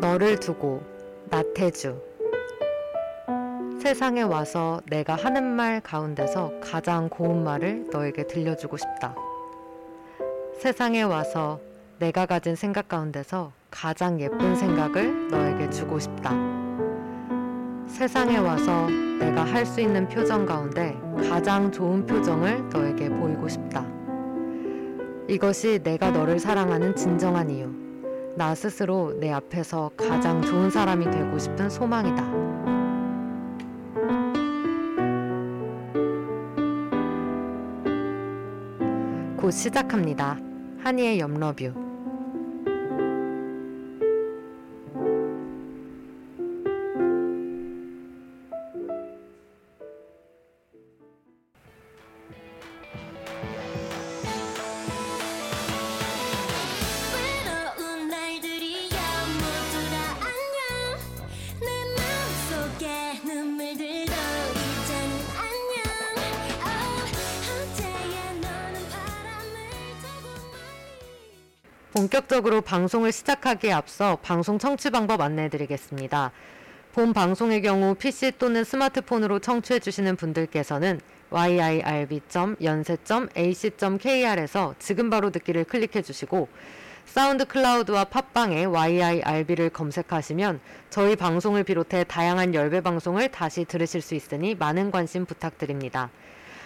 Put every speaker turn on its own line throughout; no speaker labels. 너를 두고 나태주 세상에 와서 내가 하는 말 가운데서 가장 고운 말을 너에게 들려주고 싶다. 세상에 와서 내가 가진 생각 가운데서 가장 예쁜 생각을 너에게 주고 싶다. 세상에 와서 내가 할 수 있는 표정 가운데 가장 좋은 표정을 너에게 보이고 싶다. 이것이 내가 너를 사랑하는 진정한 이유. 나 스스로 내 앞에서 가장 좋은 사람이 되고 싶은 소망이다. 곧 시작합니다. 한이의 염러뷰.
외로운 날들이야 모두 다 안녕 내 마음속에 눈물들도 이제는 안녕 oh, 어제야 너는 바람을 타고 멀리
본격적으로 방송을 시작하기에 앞서 방송 청취 방법 안내해드리겠습니다. 본 방송의 경우 PC 또는 스마트폰으로 청취해주시는 분들께서는 yirb.연세.ac.kr에서 지금 바로 듣기를 클릭해주시고 사운드 클라우드와 팟빵에 yirb를 검색하시면 저희 방송을 비롯해 다양한 열배 방송을 다시 들으실 수 있으니 많은 관심 부탁드립니다.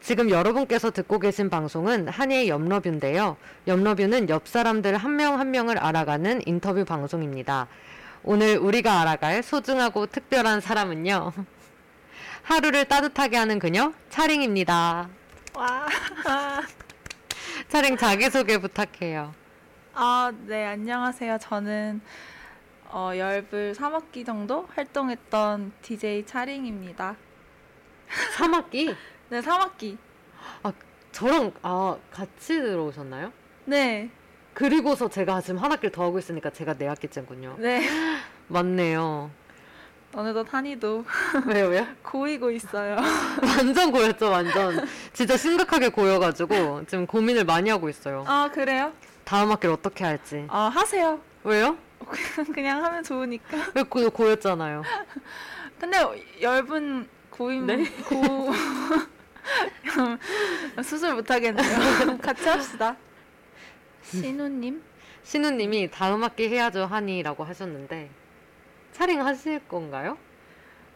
지금 여러분께서 듣고 계신 방송은 한의 염러뷰인데요. 염러뷰는 옆 사람들 한 명 한 명을 알아가는 인터뷰 방송입니다. 오늘 우리가 알아갈 소중하고 특별한 사람은요. 하루를 따뜻하게 하는 그녀 차링입니다.
와.
차링 자기소개 부탁해요.
아, 네, 안녕하세요. 저는 어, 열불 3학기 정도 활동했던 DJ 차링입니다.
3학기
네, 3학기.
저랑 아 같이 들어오셨나요?
네,
그리고서 제가 지금 한 학기를 더 하고 있으니까 제가 네 학기째군요.
네.
맞네요.
어느덧 한이도
왜요, 왜요?
고이고 있어요.
완전 고였죠, 완전. 진짜 심각하게 고여가지고 지금 고민을 많이 하고 있어요.
아, 그래요?
다음 학기를 어떻게 할지.
아, 하세요.
왜요?
그냥 하면 좋으니까.
왜 고, 고였잖아요.
근데 열분 고임
네?
고 음, 수술 못 하겠네요. 같이 합시다. 신우님?
신우님이 다음 학기 해야죠, 하니라고 하셨는데 차링 하실 건가요?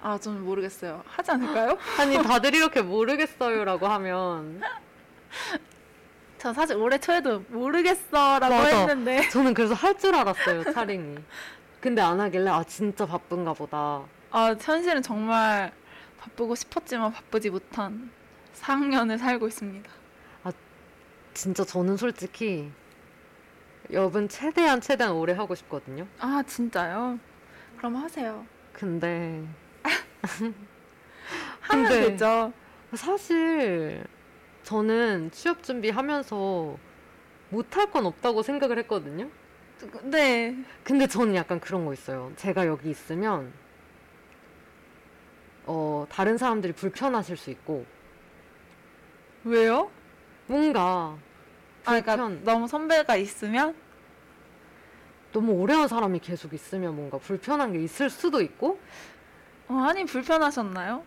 아, 저는 모르겠어요. 하지 않을까요?
아니 다들 이렇게 모르겠어요라고 하면
전 사실 올해 초에도 모르겠어라고
맞아.
했는데
저는 그래서 할 줄 알았어요, 차링이. 근데 안 하길래 아 진짜 바쁜가 보다.
아 현실은 정말 바쁘고 싶었지만 바쁘지 못한 4학년을 살고 있습니다.
진짜 저는 솔직히 여분 최대한 최대한 오래 하고 싶거든요.
아 진짜요? 그럼 하세요.
근데
하면
근데-
되죠.
사실 저는 취업 준비하면서 못할 건 없다고 생각을 했거든요.
네.
근데 저는 약간 그런 거 있어요. 제가 여기 있으면 어 다른 사람들이 불편하실 수 있고
왜요?
뭔가
아, 그러니까
불편.
너무 선배가 있으면
너무 오래한 사람이 계속 있으면 뭔가 불편한 게 있을 수도 있고
어, 아니 불편하셨나요?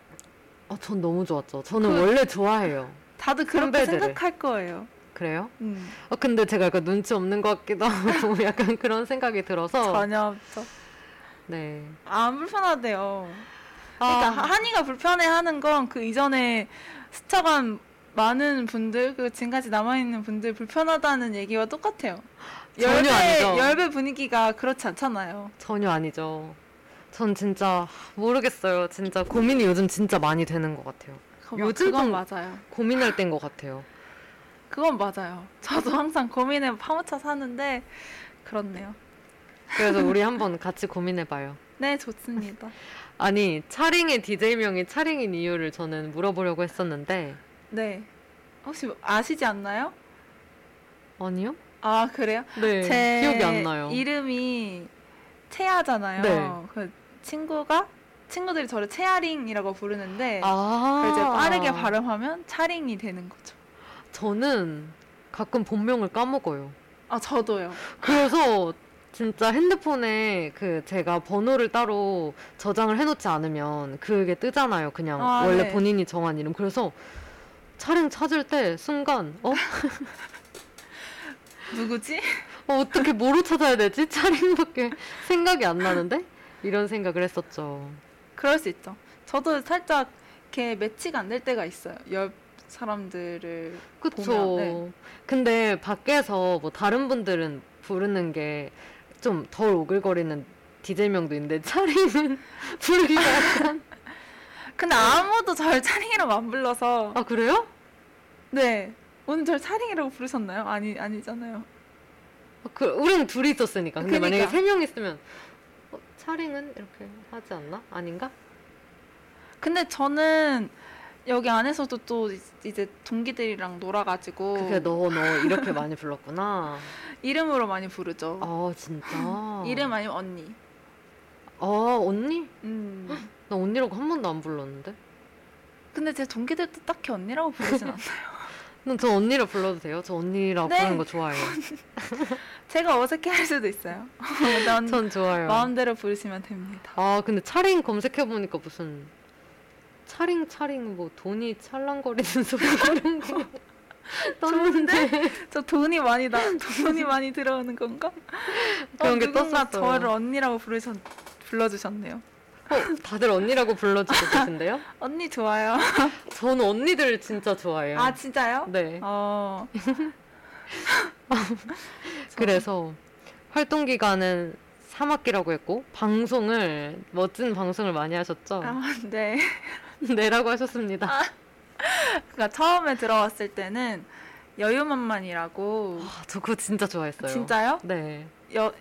아, 전 너무 좋았죠. 저는
그-
원래 좋아해요.
다들 그렇게
선배들을.
생각할 거예요.
그래요?
음,
어, 근데 제가 약간 눈치 없는 것 같기도 하고 약간 그런 생각이 들어서
전혀 없죠.
네.
안 아, 불편하대요.
아,
그러니까 한이가 불편해하는 건 그 이전에 스쳐간 많은 분들 그 지금까지 남아있는 분들 불편하다는 얘기와 똑같아요.
전혀 아니죠.
열배 분위기가 그렇지 않잖아요.
전혀 아니죠. 전 진짜 모르겠어요. 진짜 고민이 요즘 진짜 많이 되는 것 같아요.
그거
요즘
그건
좀-
맞아요.
고민할 땐 것 같아요.
그건 맞아요. 저도 항상 고민에 파묻혀 사는데 그렇네요.
그래서 우리 한번 같이 고민해봐요.
네 좋습니다.
아니 차링의 DJ명이 차링인 이유를 저는 물어보려고 했었는데
네. 혹시 아시지 않나요?
아니요?
아, 그래요?
네.
제
기억이 안 나요.
이름이 채아잖아요.
네.
그 친구가 친구들이 저를 채아링이라고 부르는데
아.
그걸 이제 빠르게 발음하면 차링이 되는 거죠.
저는 가끔 본명을 까먹어요.
아, 저도요.
그래서 진짜 핸드폰에 그 제가 번호를 따로 저장을 해놓지 않으면 그게 뜨잖아요. 그냥
아,
원래
네.
본인이 정한 이름. 그래서 차량 찾을 때 순간 어?
누구지?
어 어떻게 뭐로 찾아야 되지? 차량밖에 생각이 안 나는데? 이런 생각을 했었죠.
그럴 수 있죠. 저도 살짝 이렇게 매치가 안 될 때가 있어요. 옆 사람들을
그쵸.
보면, 네.
근데 밖에서 뭐 다른 분들은 부르는 게 좀 덜 오글거리는 디제명도 있는데 차림은 부르기가 약간
근데
네.
아무도 절 차링이라고 안 불러서
아 그래요?
네 오늘 절 차링이라고 부르셨나요? 아니 아니잖아요.
아, 그 우리는 둘이 있었으니까. 근데 만약에
그니까.
세 명 있으면 어, 차링은 이렇게 하지 않나? 아닌가?
근데 저는 여기 안에서도 또 이- 이제 동기들이랑 놀아가지고
그게 너 너 이렇게 많이 불렀구나.
이름으로 많이 부르죠.
아 진짜.
이름 아니면 언니.
아 언니?
음.
나 언니라고 한 번도 안 불렀는데.
근데 제 동기들도 딱히 언니라고 부르진 않아요.
난 저 언니라 불러도 돼요? 저 언니라고
네.
부르는 거 좋아해요.
제가 어색해할 수도 있어요. 난
전 좋아요.
마음대로 부르시면 됩니다.
아 근데 차링 검색해 보니까 무슨 차링 차링 뭐 돈이 찰랑거리는 소리 이런 거 떴는데
저 돈이 많이 나 돈이 많이 들어오는 건가?
그런
어,
게
누군가
떴었어요.
저를 언니라고 부르셨 불러주셨네요.
어, 다들 언니라고 불러주고 계신데요?
언니 좋아요.
저는 언니들 진짜 좋아해요.
아 진짜요?
네.
어.
그래서 활동 기간은 3학기라고 했고 방송을 멋진 방송을 많이 하셨죠?
아, 네.
네라고 하셨습니다.
그러니까 처음에 들어왔을 때는 여유만만이라고
아, 저 그거 진짜 좋아했어요.
진짜요?
네.
여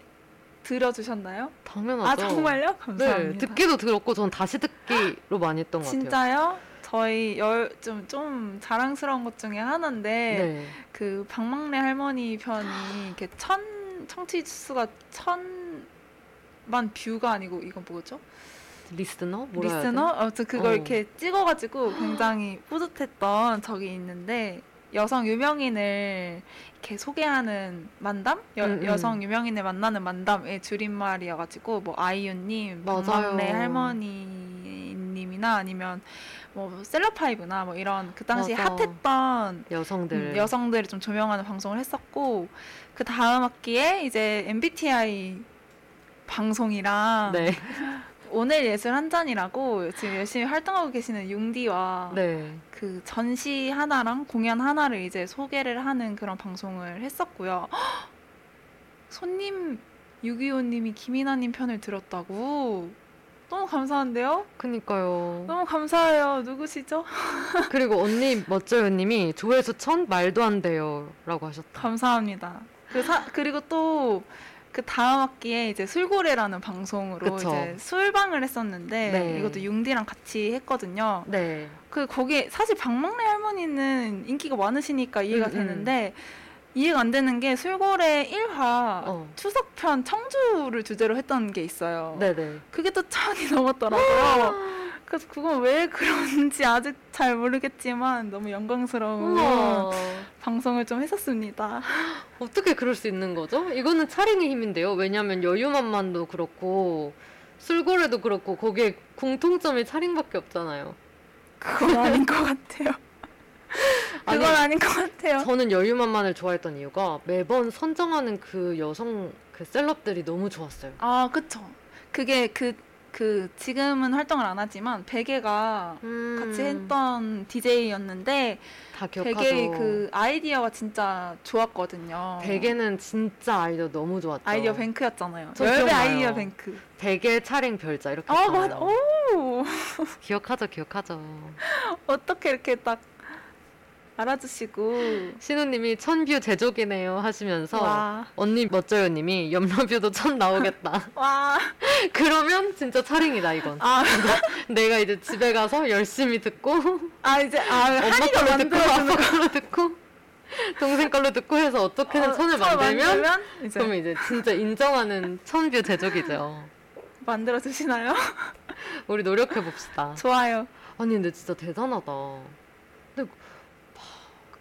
들어주셨나요?
당연하죠.
아 정말요? 감사합니다.
네. 듣기도 들었고 전 다시 듣기로 많이 했던 것 같아요.
진짜요? 저희 열좀좀 자랑스러운 것 중에 하나인데
네.
그 박막래 할머니 편이 이렇게 천 청취 수가 천만 뷰가 아니고 이건 뭐죠?
리스너? 뭐라 해야
리스너? 아무튼 그걸
어.
이렇게 찍어가지고 굉장히 뿌듯했던 적이 있는데 여성 유명인을 이렇게 소개하는 만담? 여,
음, 음.
여성 유명인을 만나는 만담의 줄임말이어가지고 뭐 아이유님,
맞아요.
박만래 할머니님이나 아니면 뭐 셀럽파이브나 뭐 이런 그 당시 에
맞아.
핫했던
되나? 여성들.
음, 여성들을 좀 조명하는 방송을 했었고 그 다음 학기에 이제 MBTI 방송이랑
네.
오늘 예술 한 잔이라고 지금 열심히 활동하고 계시는 융디와
네.
그 전시 하나랑 공연 하나를 이제 소개를 하는 그런 방송을 했었고요. 헉! 손님 625님이 김이나님 편을 들었다고 너무 감사한데요?
그니까요.
너무 감사해요. 누구시죠?
그리고 언니 멋져요님이 조회수 천 말도 안 돼요라고 하셨다.
감사합니다. 그 사, 그리고 또 그 다음 학기에 이제 술고래라는 방송으로
그쵸.
이제 술방을 했었는데
네.
이것도 융디랑 같이 했거든요.
네.
그 거기에 사실 박막래 할머니는 인기가 많으시니까 이해가
음, 음.
되는데 이해가 안 되는 게 술고래 1화
어.
추석편 청주를 주제로 했던 게 있어요.
네네. 아.
그게 또 천이 넘었더라고요. 그래서 그건 왜 그런지 아직 잘 모르겠지만 너무 영광스러운
우와.
방송을 좀 했었습니다.
어떻게 그럴 수 있는 거죠? 이거는 차링의 힘인데요. 왜냐하면 여유만만도 그렇고 술고래도 그렇고 거기에 공통점이 차링밖에 없잖아요.
그건 아닌 것 같아요.
아니,
그건 아닌 것 같아요.
저는 여유만만을 좋아했던 이유가 매번 선정하는 그 여성 그 셀럽들이 너무 좋았어요.
아, 그쵸. 그게 그, 그, 지금은 활동을 안 하지만, 베개가
음,
같이 했던 DJ였는데,
다 기억하죠.
베개의 그 아이디어가 진짜 좋았거든요.
베개는 진짜 아이디어 너무 좋았죠.
아이디어 뱅크였잖아요.
저
열배
기억나요. 어,
아이디어 뱅크.
베개 차링 별자 이렇게
아,
했잖아요.
맞아. 오!
어. 기억하죠, 기억하죠.
어떻게 이렇게 딱 알아주시고
신우님이 천뷰 제조기네요 하시면서
와.
언니 멋져요님이 염라뷰도 천 나오겠다.
와.
그러면 진짜 차링이다 이건.
아,
내가 이제 집에 가서 열심히 듣고
아 이제 아
엄마
한이가
걸로 듣고
만들어주는
아빠 걸로 듣고 동생 걸로 듣고 해서 어떻게든
어,
선을
선을
만들면
만들면 네. 이제
그럼 이제 진짜 인정하는 천뷰 제조기죠.
만들어 주시나요?
우리 노력해 봅시다.
좋아요.
아니 근데 진짜 대단하다.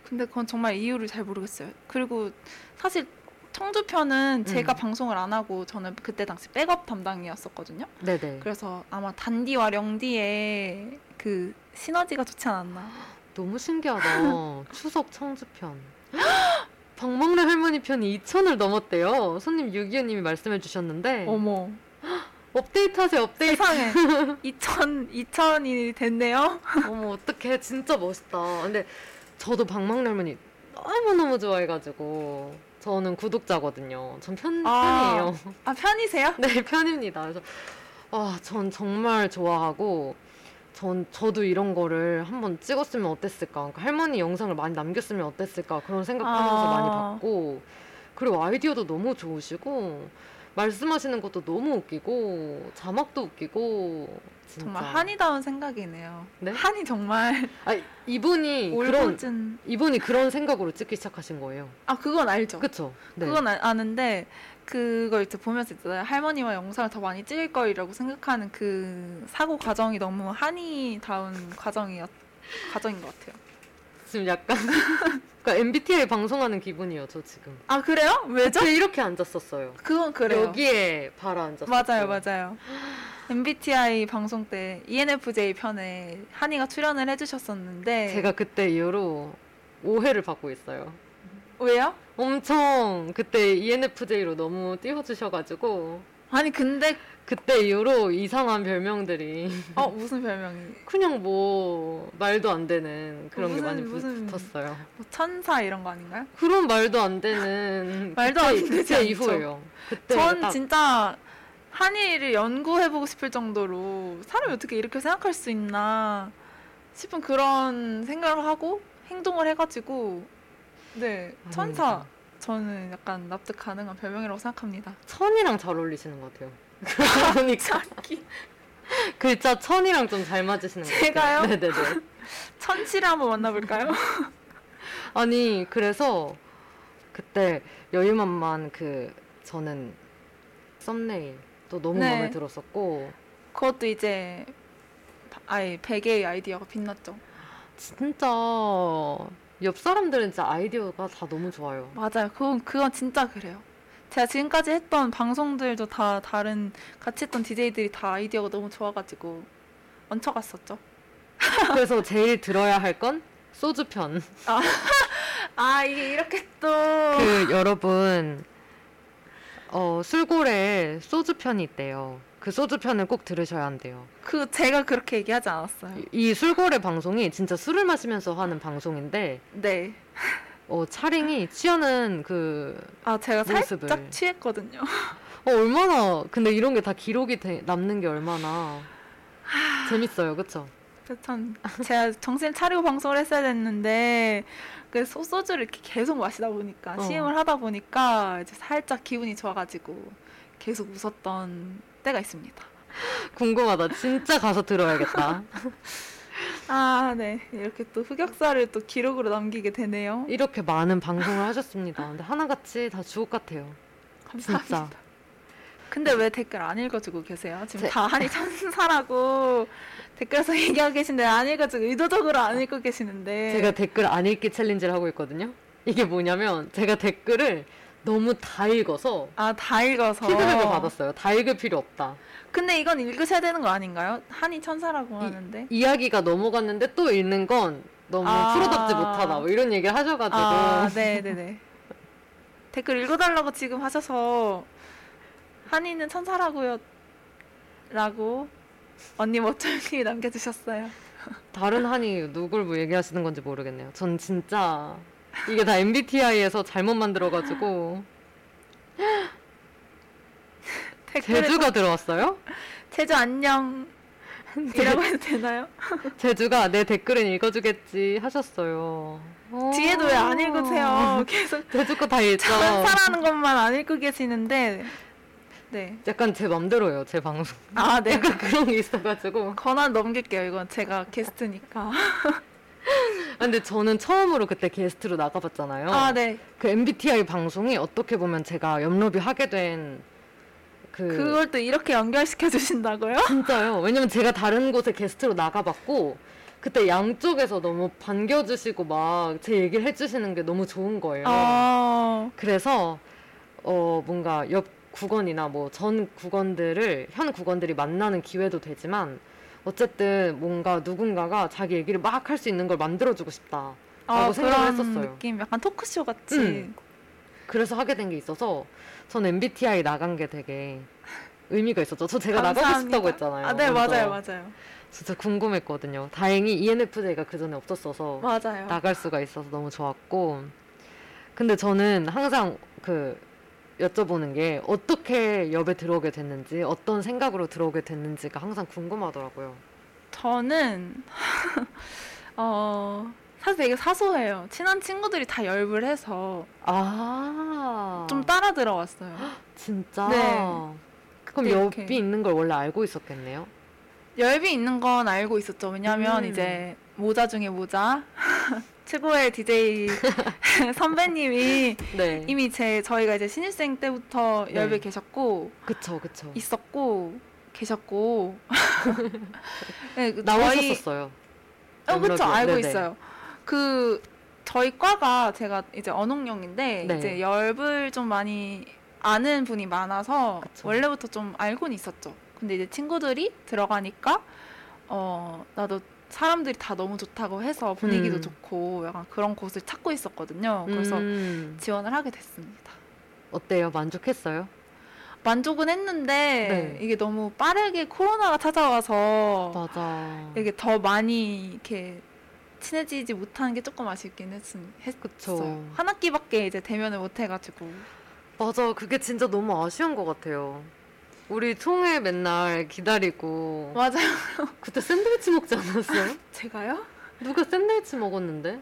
근데 그건 정말 이유를 잘 모르겠어요. 그리고 사실 청주편은 제가
음.
방송을 안 하고 저는 그때 당시 백업 담당이었었거든요.
네네.
그래서 아마 단디와 령디의 그 시너지가 좋지 않았나.
너무 신기하다. 추석 청주편. 박먹래 할머니 편이 2천을 넘었대요. 손님 유기현님이 말씀해 주셨는데
어머.
업데이트하세요. 업데이트.
세상에 2000 2000이 됐네요.
어머 어떡해 진짜 멋있다. 근데 저도 박먹래 할머니 너무 너무 좋아해가지고 저는 구독자거든요. 전 편,
아.
편이에요.
아 편이세요?
네 편입니다. 그래서 아전 정말 좋아하고. 전 저도 이런 거를 한번 찍었으면 어땠을까 그러니까 할머니 영상을 많이 남겼으면 어땠을까 그런 생각하면서
아.
많이 봤고 그리고 아이디어도 너무 좋으시고 말씀하시는 것도 너무 웃기고 자막도 웃기고 진짜.
정말 한이다운 생각이네요.
네?
한이 정말
아 이분이 그런
올곧은
이분이 그런 생각으로 찍기 시작하신 거예요.
아 그건 알죠.
그쵸? 네.
그건 아, 아는데 그걸 이제 보면서 이제 아할머니와 영상을 더 많이 찍을 거라고 생각하는 그 사고 과정이 너무 한이다운 과정이었 과정인 것 같아요.
지금 약간 그러니까 MBTI 방송하는 기분이에요. 저 지금.
아 그래요? 왜죠?
그때 이렇게 앉았었어요.
그건 그래요.
여기에 바로 앉았어요.
맞아요, 맞아요. MBTI 방송 때 E ENFJ 편에 한이가 출연을 해주셨었는데
제가 그때 이후로 오해를 받고 있어요.
왜요?
엄청 그때 E ENFJ로 너무 띄워주셔가지고
아니 근데
그때 이후로 이상한 별명들이
어 무슨 별명이
그냥 뭐 말도 안 되는 그런 게
무슨-
많이
무슨-
붙었어요.
뭐 천사 이런 거 아닌가요?
그런 말도 안 되는
말도 안
그때-
되지
그때
않죠.
이후예요. 그때
전
네, 딱
진짜 한의를 연구해보고 싶을 정도로 사람이 어떻게 이렇게 생각할 수 있나 싶은 그런 생각을 하고 행동을 해가지고 네
아닙니다.
천사 저는 약간 납득 가능한 별명이라고 생각합니다.
천이랑 잘 어울리시는 것 같아요. 그러니까
자기
글자 천이랑 좀 잘 맞으시는 것 같아요.
제가요?
네네네.
천치를 한번 만나볼까요?
아니 그래서 그때 여유만만 그 저는 썸네일 또 너무
네.
마음에 들었었고
그것도 이제 바- 아예 베개의 아이디어가 빛났죠.
진짜 옆 사람들은 진짜 아이디어가 다 너무 좋아요.
맞아요. 그건 그건 진짜 그래요. 제가 지금까지 했던 방송들도 다 다른 같이 했던 DJ들이 다 아이디어가 너무 좋아가지고 얹혀갔었죠.
그래서 제일 들어야 할 건 소주 편.
아 이게 이렇게 또
그 여러분 어 술골에 소주 편이 있대요. 그 소주 편을 꼭 들으셔야 한대요.
그 제가 그렇게 얘기하지 않았어요.
이- 이 술고래 방송이 진짜 술을 마시면서 하는 방송인데
네.
어 차링이 취하는 그
아 제가
모습을.
살짝 취했거든요.
어, 얼마나 근데 이런 게 다 기록이 돼- 남는 게 얼마나 재밌어요, 그쵸?
그래서 참 제가 정신 차리고 방송을 했어야 됐는데 그 소- 소주를 이렇게 계속 마시다 보니까
어.
시음을 하다 보니까 이제 살짝 기분이 좋아가지고 계속 웃었던 때가 있습니다.
궁금하다. 진짜 가서 들어야겠다.
아, 네. 이렇게 또 흑역사를 또 기록으로 남기게 되네요.
이렇게 많은 방송을 하셨습니다. 근데 하나같이 다 주옥 같아요.
감사합니다.
진짜.
근데 왜 댓글 안 읽어주고 계세요? 지금
제-
다 한이 천사라고 댓글에서 얘기하고 계신데 안 읽어주고 의도적으로 안 읽고 계시는데
제가 댓글 안 읽기 챌린지를 하고 있거든요. 이게 뭐냐면 제가 댓글을 너무 다 읽어서
아 다 읽어서
피드백을 받았어요. 다 읽을 필요 없다.
근데 이건 읽으셔야 되는 거 아닌가요? 한이 천사라고
이-
하는데
이야기가 넘어갔는데 또 읽는 건 너무
아.
프로답지 못하다. 뭐 이런 얘기를 하셔가지고
아 네네네 댓글 읽어달라고 지금 하셔서 한이는 천사라고요 라고 언니 멋져님이 남겨주셨어요
다른 한이 누굴 뭐 얘기하시는 건지 모르겠네요. 전 진짜 이게 다 MBTI에서 잘못 만들어가지고
댓글
제주가 들어왔어요?
제주 안녕 이라고 해도 되나요?
제주가 내 댓글은 읽어주겠지 하셨어요. 어. 오.
뒤에도 왜 안 읽으세요? 계속
제주 거 다 읽죠.
천사라는 것만 안 읽고 계시는데 네.
약간 제 맘대로예요, 제 방송.
아, 네.
약간 그런 게 있어가지고.
권한 넘길게요. 이건 제가 게스트니까.
아, 근데 저는 처음으로 그때 게스트로 나가봤잖아요.
아, 네.
그 MBTI 방송이 어떻게 보면 제가 염로비 하게 된 그.
그걸 또 이렇게 연결시켜 주신다고요?
진짜요. 왜냐면 제가 다른 곳에 게스트로 나가봤고 그때 양쪽에서 너무 반겨주시고 막 제 얘기를 해주시는 게 너무 좋은 거예요.
아.
그래서 어 뭔가 옆 구건이나 뭐 전 구건들을 현 구건들이 만나는 기회도 되지만 어쨌든 뭔가 누군가가 자기 얘기를 막 할 수 있는 걸 만들어주고 싶다. 라고 생각을
아, 그런
했었어요.
느낌 약간 토크쇼 같이
음. 그래서 하게 된 게 있어서 전 MBTI 나간 게 되게 의미가 있었죠. 저 제가 나가고
감사합니다.
싶다고 했잖아요.
아, 네
먼저.
맞아요, 맞아요,
진짜 궁금했거든요. 다행히 ENFJ가 그 전에 없었어서
맞아요.
나갈 수가 있어서 너무 좋았고. 근데 저는 항상 그 여쭤보는 게 어떻게 엽에 들어오게 됐는지, 어떤 생각으로 들어오게 됐는지가 항상 궁금하더라고요.
저는 어 사실 되게 사소해요. 친한 친구들이 다 열불 해서
아.
좀 따라 들어왔어요.
진짜?
네.
그럼
그때
엽이
이렇게.
있는 걸 원래 알고 있었겠네요?
열비 있는 건 알고 있었죠. 왜냐면
음.
이제 모자 중에 모자 최고의 DJ 선배님이
네.
이미 제 저희가 이제 신입생 때부터
네.
열배 계셨고
그쵸, 그쵸.
있었고 계셨고 네, 그 저희-
나오셨었어요.
어, 그쵸
연락이요.
알고
네네.
있어요. 그 저희 과가 제가 이제 언홍영인데
네.
이제 열불 좀 많이 아는 분이 많아서
그쵸.
원래부터 좀 알고는 있었죠. 근데 이제 친구들이 들어가니까 어 나도 사람들이 다 너무 좋다고 해서 분위기도
음.
좋고 약간 그런 곳을 찾고 있었거든요. 그래서
음,
지원을 하게 됐습니다.
어때요? 만족했어요?
만족은 했는데
네.
이게 너무 빠르게 코로나가 찾아와서
맞아.
이게 더 많이 이렇게 친해지지 못한 게 조금 아쉽긴 했음
그쵸. 어.
했었어요. 한 학기밖에 이제 대면을 못 해가지고
맞아. 그게 진짜 너무 아쉬운 것 같아요. 우리 총회 맨날 기다리고
맞아요.
그때 샌드위치 먹지 않았어요?
제가요?
누가 샌드위치 먹었는데?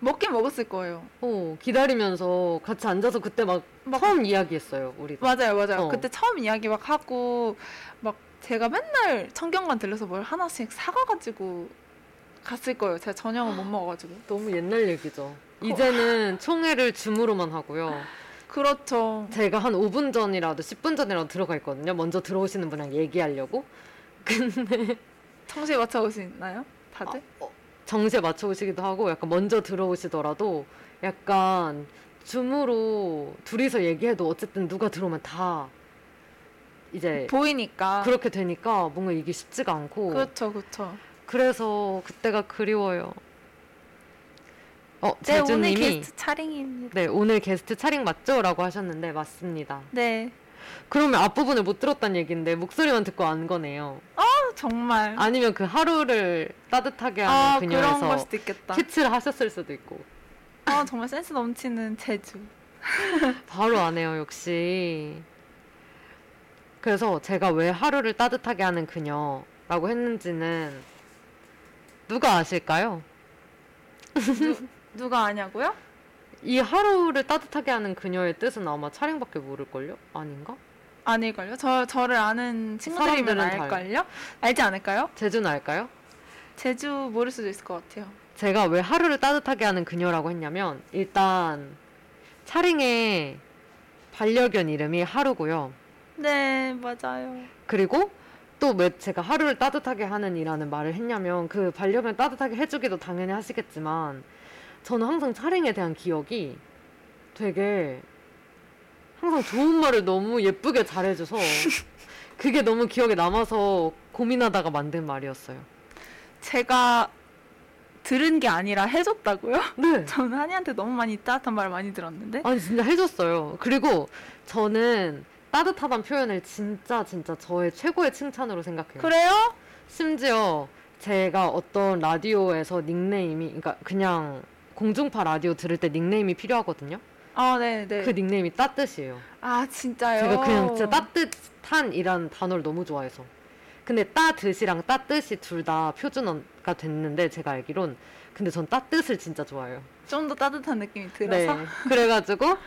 먹긴 먹었을 거예요.
어 기다리면서 같이 앉아서 그때 막,
막-
처음 이야기했어요 우리.
맞아요, 맞아요.
어.
그때 처음 이야기 막 하고 막 제가 맨날 청경관 들려서 뭘 하나씩 사가가지고 갔을 거예요. 제가 저녁을 못 먹어가지고.
너무 옛날 얘기죠. 이제는 총회를 줌으로만 하고요.
그렇죠.
제가 한 5분 전이라도 10분 전이라도 들어가 있거든요. 먼저 들어오시는 분이랑 얘기하려고
청시에 맞춰 오시나요?
아,
다들?
정시에 맞춰 오시기도 하고 약간 먼저 들어오시더라도 약간 줌으로 둘이서 얘기해도 어쨌든 누가 들어오면 다 이제
보이니까.
네. 그렇게 되니까 뭔가 이게 쉽지가 않고
그렇죠, 그렇죠.
그래서 그때가 그리워요. 어,
네, 오늘
제주님이
게스트 차링입니다.
네 오늘 게스트 차링 맞죠?라고 하셨는데 맞습니다.
네.
그러면 앞부분을 못 들었단 얘기인데 목소리만 듣고 안 거네요.
아, 정말.
아니면 그 하루를 따뜻하게 하는
아, 그런 걸
그녀에서
수도 있겠다.
캐치를 하셨을 수도 있고
아 정말 센스 넘치는 제주.
바로 안 해요 역시. 그래서 제가 왜 하루를 따뜻하게 하는 그녀라고 했는지는 누가 아실까요?
누가 아냐고요?
이 하루를 따뜻하게 하는 그녀의 뜻은 아마 차량밖에 모를걸요? 아닌가?
아닐걸요? 저 저를 아는 친구들이면
사람들은 다
알걸요? 알지 않을까요?
제주는 알까요?
제주 모를 수도 있을 것 같아요.
제가 왜 하루를 따뜻하게 하는 그녀라고 했냐면 일단 차량의 반려견 이름이 하루고요.
네 맞아요.
그리고 또 왜 제가 하루를 따뜻하게 하는 이라는 말을 했냐면 그 반려견 따뜻하게 해주기도 당연히 하시겠지만 저는 항상 차량에 대한 기억이 되게 항상 좋은 말을 너무 예쁘게 잘해줘서 그게 너무 기억에 남아서 고민하다가 만든 말이었어요.
제가 들은 게 아니라 해줬다고요?
네.
저는 한이한테 너무 많이 따뜻한 말 많이 들었는데.
아니 진짜 해줬어요. 그리고 저는 따뜻하다는 표현을 진짜 진짜 저의 최고의 칭찬으로
네.
생각해요.
그래요?
심지어 제가 어떤 라디오에서 닉네임이 그러니까 그냥 공중파 라디오 들을 때 닉네임이 필요하거든요.
아 네네.
그 닉네임이 따뜻이에요.
아 진짜요?
제가 그냥 진짜 따뜻한이라는 단어를 너무 좋아해서 근데 따뜻이랑 따뜻이 둘 다 표준어가 됐는데 제가 알기론 근데 전 따뜻을 진짜 좋아해요.
좀 더 따뜻한 느낌이 들어서
네. 그래가지고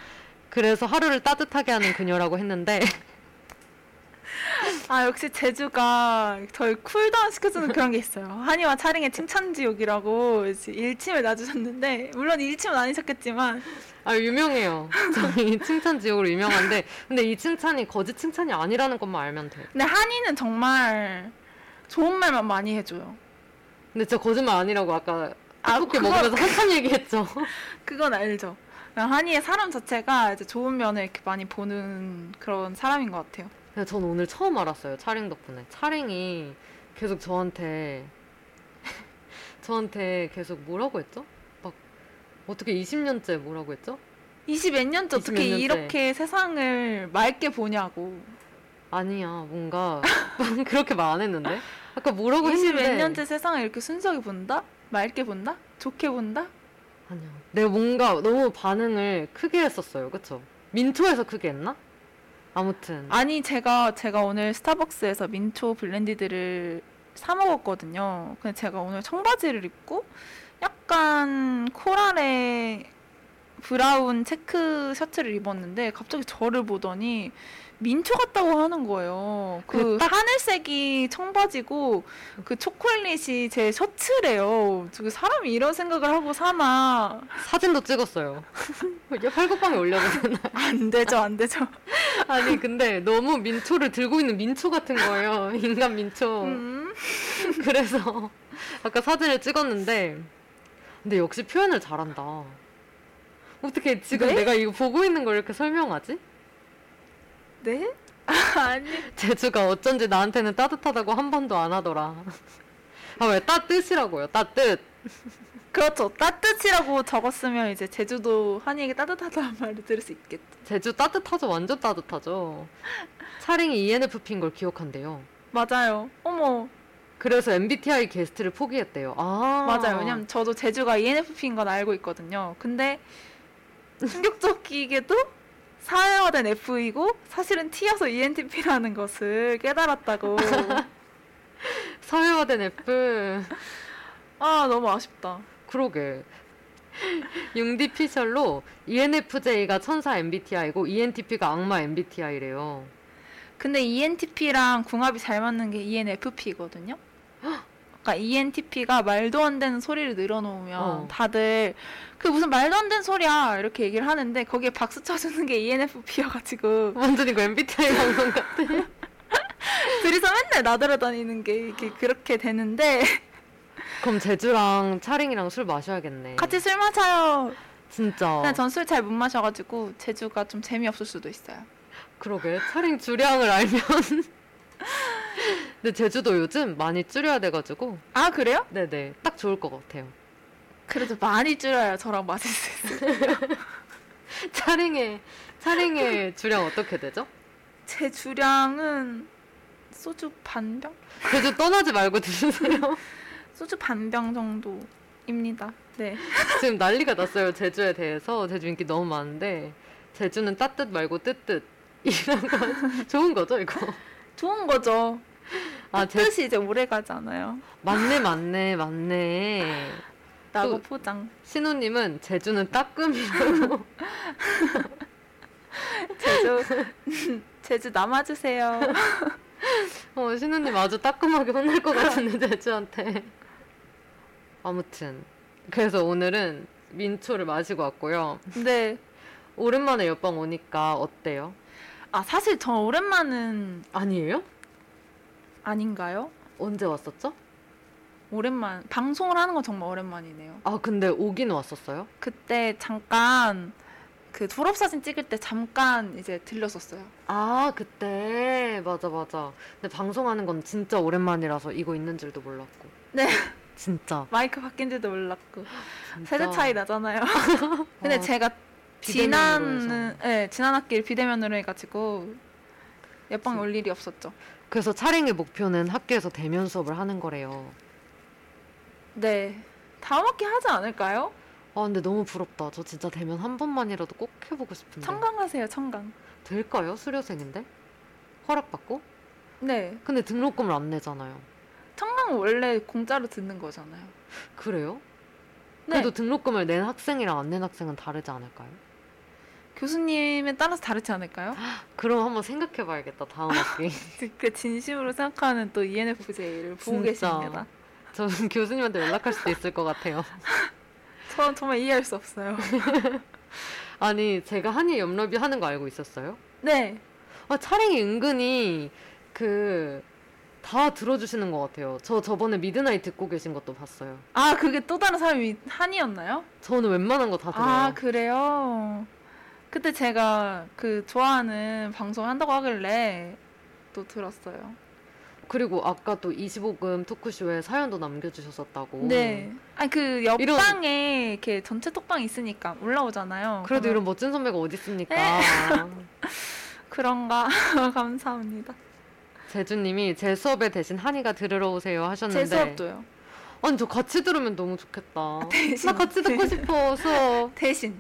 그래서 하루를 따뜻하게 하는 그녀라고 했는데
아 역시 제주가 저희 쿨다운 시켜주는 그런 게 있어요. 한이와 차링의 칭찬지옥이라고 이제 일침을 놔주셨는데 물론 일침은 아니셨겠지만
아 유명해요. 저희 칭찬 지옥으로 유명한데 근데 이 칭찬이 거짓 칭찬이 아니라는 것만 알면 돼.
근데 한이는 정말 좋은 말만 많이 해줘요.
근데 저 거짓말 아니라고 아까
아,
떡볶이
그거-
먹으면서 한참 얘기했죠.
그건 알죠. 한이의 사람 자체가 이제 좋은 면을 이렇게 많이 보는 그런 사람인 것 같아요.
근데 전 오늘 처음 알았어요. 차링 덕분에. 차링이 계속 저한테 저한테 계속 뭐라고 했죠? 막 어떻게 20년째 뭐라고 했죠?
20 몇 년째 어떻게
20몇 년째.
이렇게 세상을 맑게 보냐고.
아니야 뭔가 그렇게 말 안 했는데 아까 뭐라고
20
했는데
몇 년째 세상을 이렇게 순수하게 본다? 맑게 본다? 좋게 본다?
아니야 내가 뭔가 너무 반응을 크게 했었어요 그쵸? 민초에서 크게 했나? 아무튼
아니 제가 제가 오늘 스타벅스에서 민초 블렌디드를 사 먹었거든요. 근데 제가 오늘 청바지를 입고 약간 코랄의 브라운 체크 셔츠를 입었는데 갑자기 저를 보더니 민초 같다고 하는 거예요. 그
그 딱-
하늘색이 청바지고 그 초콜릿이 제 셔츠래요. 저게 사람이 이런 생각을 하고 사나
사진도 찍었어요 팔굽방에 올려서
안 되죠, 안 되죠.
아니 근데 너무 민초를 들고 있는 민초 같은 거예요 인간 민초
음.
그래서 아까 사진을 찍었는데 근데 역시 표현을 잘한다. 어떻게 지금
네?
내가 이거 보고 있는 걸 이렇게 설명하지?
네? 아니
제주가 어쩐지 나한테는 따뜻하다고 한 번도 안 하더라. 아 왜 따뜻이라고요? 따뜻.
그렇죠. 따뜻이라고 적었으면 이제 제주도 한이에게 따뜻하다는 말을 들을 수 있겠죠.
제주 따뜻하죠. 완전 따뜻하죠. 차링이 E ENFP인 걸 기억한대요.
맞아요. 어머,
그래서 MBTI 게스트를 포기했대요. 아
맞아요. 왜냐면 저도 제주가 E ENFP인 건 알고 있거든요. 근데 충격적이게도 사회화된 F이고 사실은 T여서 ENTP라는 것을 깨달았다고.
사회화된 F.
아, 너무 아쉽다.
그러게. 융디 피셜로 E ENFJ가 천사 MBTI고 E ENTP가 악마 MBTI래요.
근데 E ENTP랑 궁합이 잘 맞는 게 E ENFP거든요. 그러니까 ENTP가 말도 안 되는 소리를 늘어놓으면
어.
다들 그 무슨 말도 안 되는 소리야 이렇게 얘기를 하는데 거기에 박수 쳐주는 게 E ENFP여가지고
완전 이거 MBTI 방송 같아.
둘이서 맨날 나들어다니는 게 이렇게 그렇게 되는데
그럼 제주랑 차링이랑 술 마셔야겠네.
같이 네, 술 마셔요.
진짜.
근데 전 술 잘 못 마셔가지고 제주가 좀 재미없을 수도 있어요.
그러게. 차링 주량을 알면. 근데 제주도 요즘 많이 줄여야 돼가지고.
아 그래요?
네네. 딱 좋을 것 같아요.
그래도 많이 줄여야 저랑 마실 수 있어요.
차링의, 차링의 주량 어떻게 되죠?
제 주량은 소주 반 병?
제주 떠나지 말고 드세요.
소주 반 병 정도입니다. 네.
지금 난리가 났어요 제주에 대해서 제주 인기 너무 많은데 제주는 따뜻 말고 뜨뜻 이런 거 좋은 거죠 이거
좋은 거죠.
아 제,
뜻이 이제 오래 가잖아요.
맞네 맞네 맞네
라고
또-
포장.
신우님은 제주는 따끔이라고
제주 제주 남아주세요.
어, 신우님 아주 따끔하게 혼날 것 같은데 제주한테 아무튼 그래서 오늘은 민초를 마시고 왔고요
근데
오랜만에 옆방 오니까 어때요?
아 사실 저 오랜만은
아니에요?
아닌가요?
언제 왔었죠?
오랜만 방송을 하는 건 정말 오랜만이네요.
아 근데 오긴 왔었어요?
그때 잠깐 그 졸업 사진 찍을 때 잠깐 이제 들렸었어요.
아, 그때. 맞아, 맞아. 근데 방송하는 건 진짜 오랜만이라서 이거 있는 줄도 몰랐고.
네.
진짜.
마이크 바뀐지도 몰랐고
진짜.
세대 차이 나잖아요. 근데
아,
제가
비대면으로
지난
해서.
네, 지난 학기를 비대면으로 해가지고 옆방
진-
올 일이 없었죠.
그래서 차량의 목표는 학교에서 대면 수업을 하는 거래요.
네. 다음 학기 하지 않을까요?
아, 근데 너무 부럽다. 저 진짜 대면 한 번만이라도 꼭
네.
해보고 싶은데.
청강하세요, 청강.
될까요? 수료생인데? 허락받고?
네.
근데 등록금을 안 내잖아요.
청강 원래 공짜로 듣는 거잖아요.
그래요?
네.
그래도 등록금을 낸 학생이랑 안 낸 학생은 다르지 않을까요?
교수님에 따라서 다르지 않을까요?
그럼 한번 생각해봐야겠다 다음 학기.
그 진심으로 생각하는 또 E ENFJ를 보고
진짜.
계십니다.
저는 교수님한테 연락할 수도 있을 것 같아요.
저는 정말 이해할 수 없어요.
아니 제가 한일 염러비 하는 거 알고 있었어요?
네.
아, 차량이 은근히 그 다 들어주시는 것 같아요. 저 저번에 미드나잇 듣고 계신 것도 봤어요.
아 그게 또 다른 사람이 한이었나요?
저는 웬만한 거 다 들어요.
아 그래요. 그때 제가 그 좋아하는 방송 한다고 하길래 또 들었어요.
그리고 아까 또 25금 토크쇼에 사연도 남겨주셨었다고.
네. 아니 그
이런-
옆방에 이렇게 전체 톡방 있으니까 올라오잖아요. 네.
그래도
그러면
이런 멋진 선배가 어디 있습니까?
그런가 감사합니다.
재주님이 제 수업에 대신 한이가 들으러 오세요 하셨는데.
제 수업도요. 아, 네.
아니 저 같이 들으면 너무 좋겠다.
대신.
나 같이 듣고 싶어 수업.
대신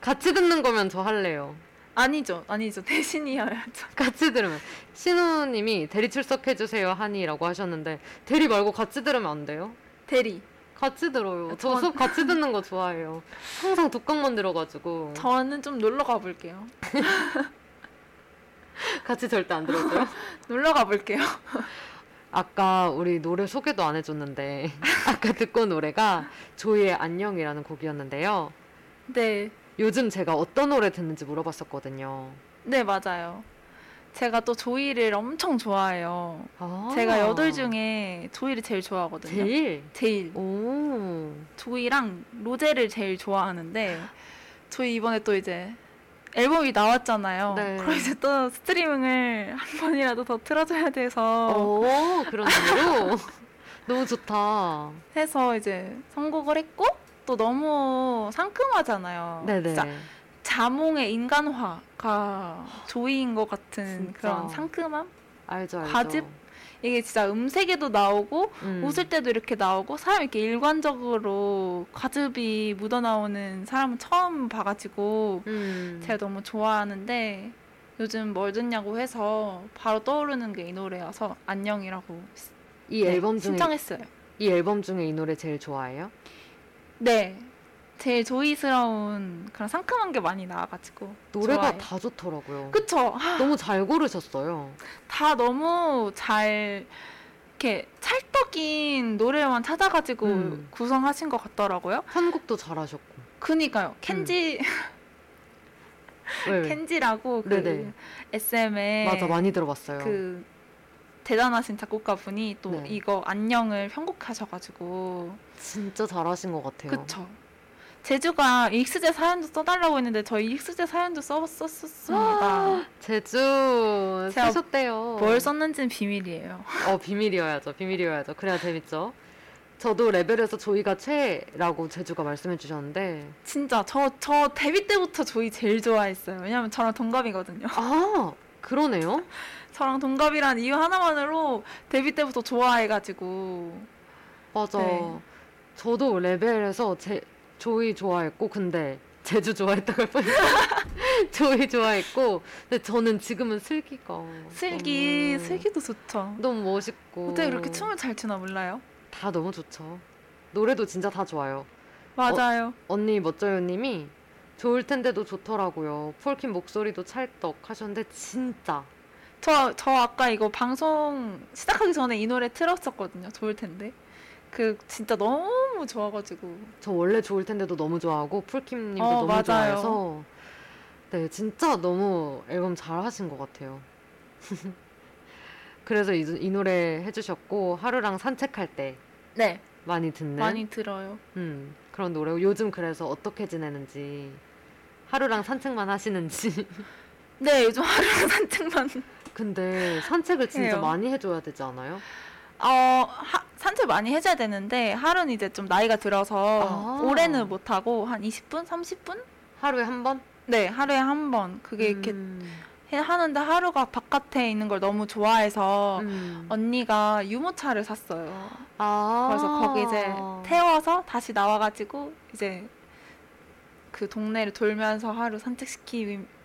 같이 듣는 거면 저 할래요.
아니죠 아니죠 대신이어야죠.
같이 들으면 신우님이 대리 출석해주세요 한이라고 하셨는데 대리 말고 같이 들으면 안 돼요?
대리.
같이 들어요. 저
전-
수업 같이 듣는 거 좋아해요. 항상 독학만 들어가지고
저는 좀 놀러 가볼게요.
같이 절대 안 들었어요.
놀러 가볼게요.
아까 우리 노래 소개도 안 해줬는데 아까 듣고 온 노래가 조이의 안녕이라는 곡이었는데요.
네.
요즘 제가 어떤 노래 듣는지 물어봤었거든요.
네, 맞아요. 제가 또 조이를 엄청 좋아해요.
아,
제가 여덟 중에 조이를 제일 좋아하거든요.
제일
제일.
오
조이랑 로제를 제일 좋아하는데 조이 이번에 또 이제 앨범이 나왔잖아요.
네.
그럼 이제 또 스트리밍을 한 번이라도 더 틀어줘야 돼서
오, 그런 의미로 너무 좋다.
해서 이제 선곡을 했고 또 너무 상큼하잖아요.
네네.
진짜 자몽의 인간화가 조이인 것 같은
진짜.
그런 상큼함?
알죠 알죠.
과즙? 이게 진짜 음색에도 나오고
음.
웃을 때도 이렇게 나오고 사람 이렇게 일관적으로 과즙이 묻어나오는 사람은 처음 봐가지고
음.
제가 너무 좋아하는데 요즘 뭘 듣냐고 해서 바로 떠오르는 게 이 노래여서 안녕이라고 시-
이
네,
앨범 중에
신청했어요.
이 앨범 중에 이 노래 제일 좋아해요?
네, 제일 조이스러운 그런 상큼한 게 많이 나와가지고
노래가
좋아해요.
다 좋더라고요.
그쵸? 아,
너무 잘 고르셨어요.
다 너무 잘 이렇게 찰떡인 노래만 찾아가지고
음.
구성하신 것 같더라고요.
선곡도 잘하셨고.
그니까요.
음.
켄지
왜, 왜?
켄지라고 그
네. 네네.
SM의
맞아 많이 들어봤어요.
그 대단하신 작곡가분이 또
네.
이거 안녕을 편곡하셔가지고
진짜 잘하신 것 같아요.
그쵸 제주가 익스제 사연도 써달라고 했는데 저희 익스제 사연도
아.
써봤었습니다
제주
제가
쓰셨대요.
뭘 썼는지는 비밀이에요
어 비밀이어야죠. 비밀이어야죠. 그래야 재밌죠. 저도 레벨에서 조이가 최애라고 제주가 말씀해 주셨는데
진짜 저, 저 데뷔 때부터 조이 제일 좋아했어요 왜냐면 저랑 동갑이거든요
아 그러네요.
저랑 동갑이란 이유 하나만으로 데뷔 때부터 좋아해가지고
맞아.
네.
저도 레벨에서 제, 조이 좋아했고, 근데 제주 좋아했다고 할 뻔했어. 조이 좋아했고, 근데 저는 지금은 슬기가.
슬기
너무-
슬기도 좋죠
너무 멋있고.
어떻게 그렇게 춤을 잘 추나 몰라요
다 너무 좋죠. 노래도 진짜 다 좋아요.
맞아요
언니 멋져요 님이 좋을 텐데도 좋더라고요. 폴킴 목소리도 찰떡 하셨는데, 진짜.
저, 저 아까 이거 방송 시작하기 전에 이 노래 틀었었거든요. 좋을 텐데. 그 진짜 너무 좋아가지고.
저 원래 좋을 텐데도 너무 좋아하고, 폴킴 님도
어,
너무
맞아요.
좋아해서. 네, 진짜 너무 앨범 잘 하신 것 같아요. 그래서 이, 이 노래 해주셨고 하루랑 산책할 때
네.
많이 듣는
많이 들어요.
음, 그런 노래고 요즘 그래서 어떻게 지내는지 하루랑 산책만 하시는지
네, 요즘 하루 산책만.
근데 산책을 진짜
해요.
많이 해줘야 되지 않아요?
어, 하- 산책 많이 해줘야 되는데, 하루는 이제 좀 나이가 들어서,
아.
올해는 못하고, 한 20분? 30분?
하루에 한 번?
네, 하루에 한 번. 그게 이렇게
음,
해- 하는데, 하루가 바깥에 있는 걸 너무 좋아해서,
음.
언니가 유모차를 샀어요.
아.
어, 그래서 거기 이제 태워서 다시 나와가지고 이제 그 동네를 돌면서 하루 산책시키는 들으면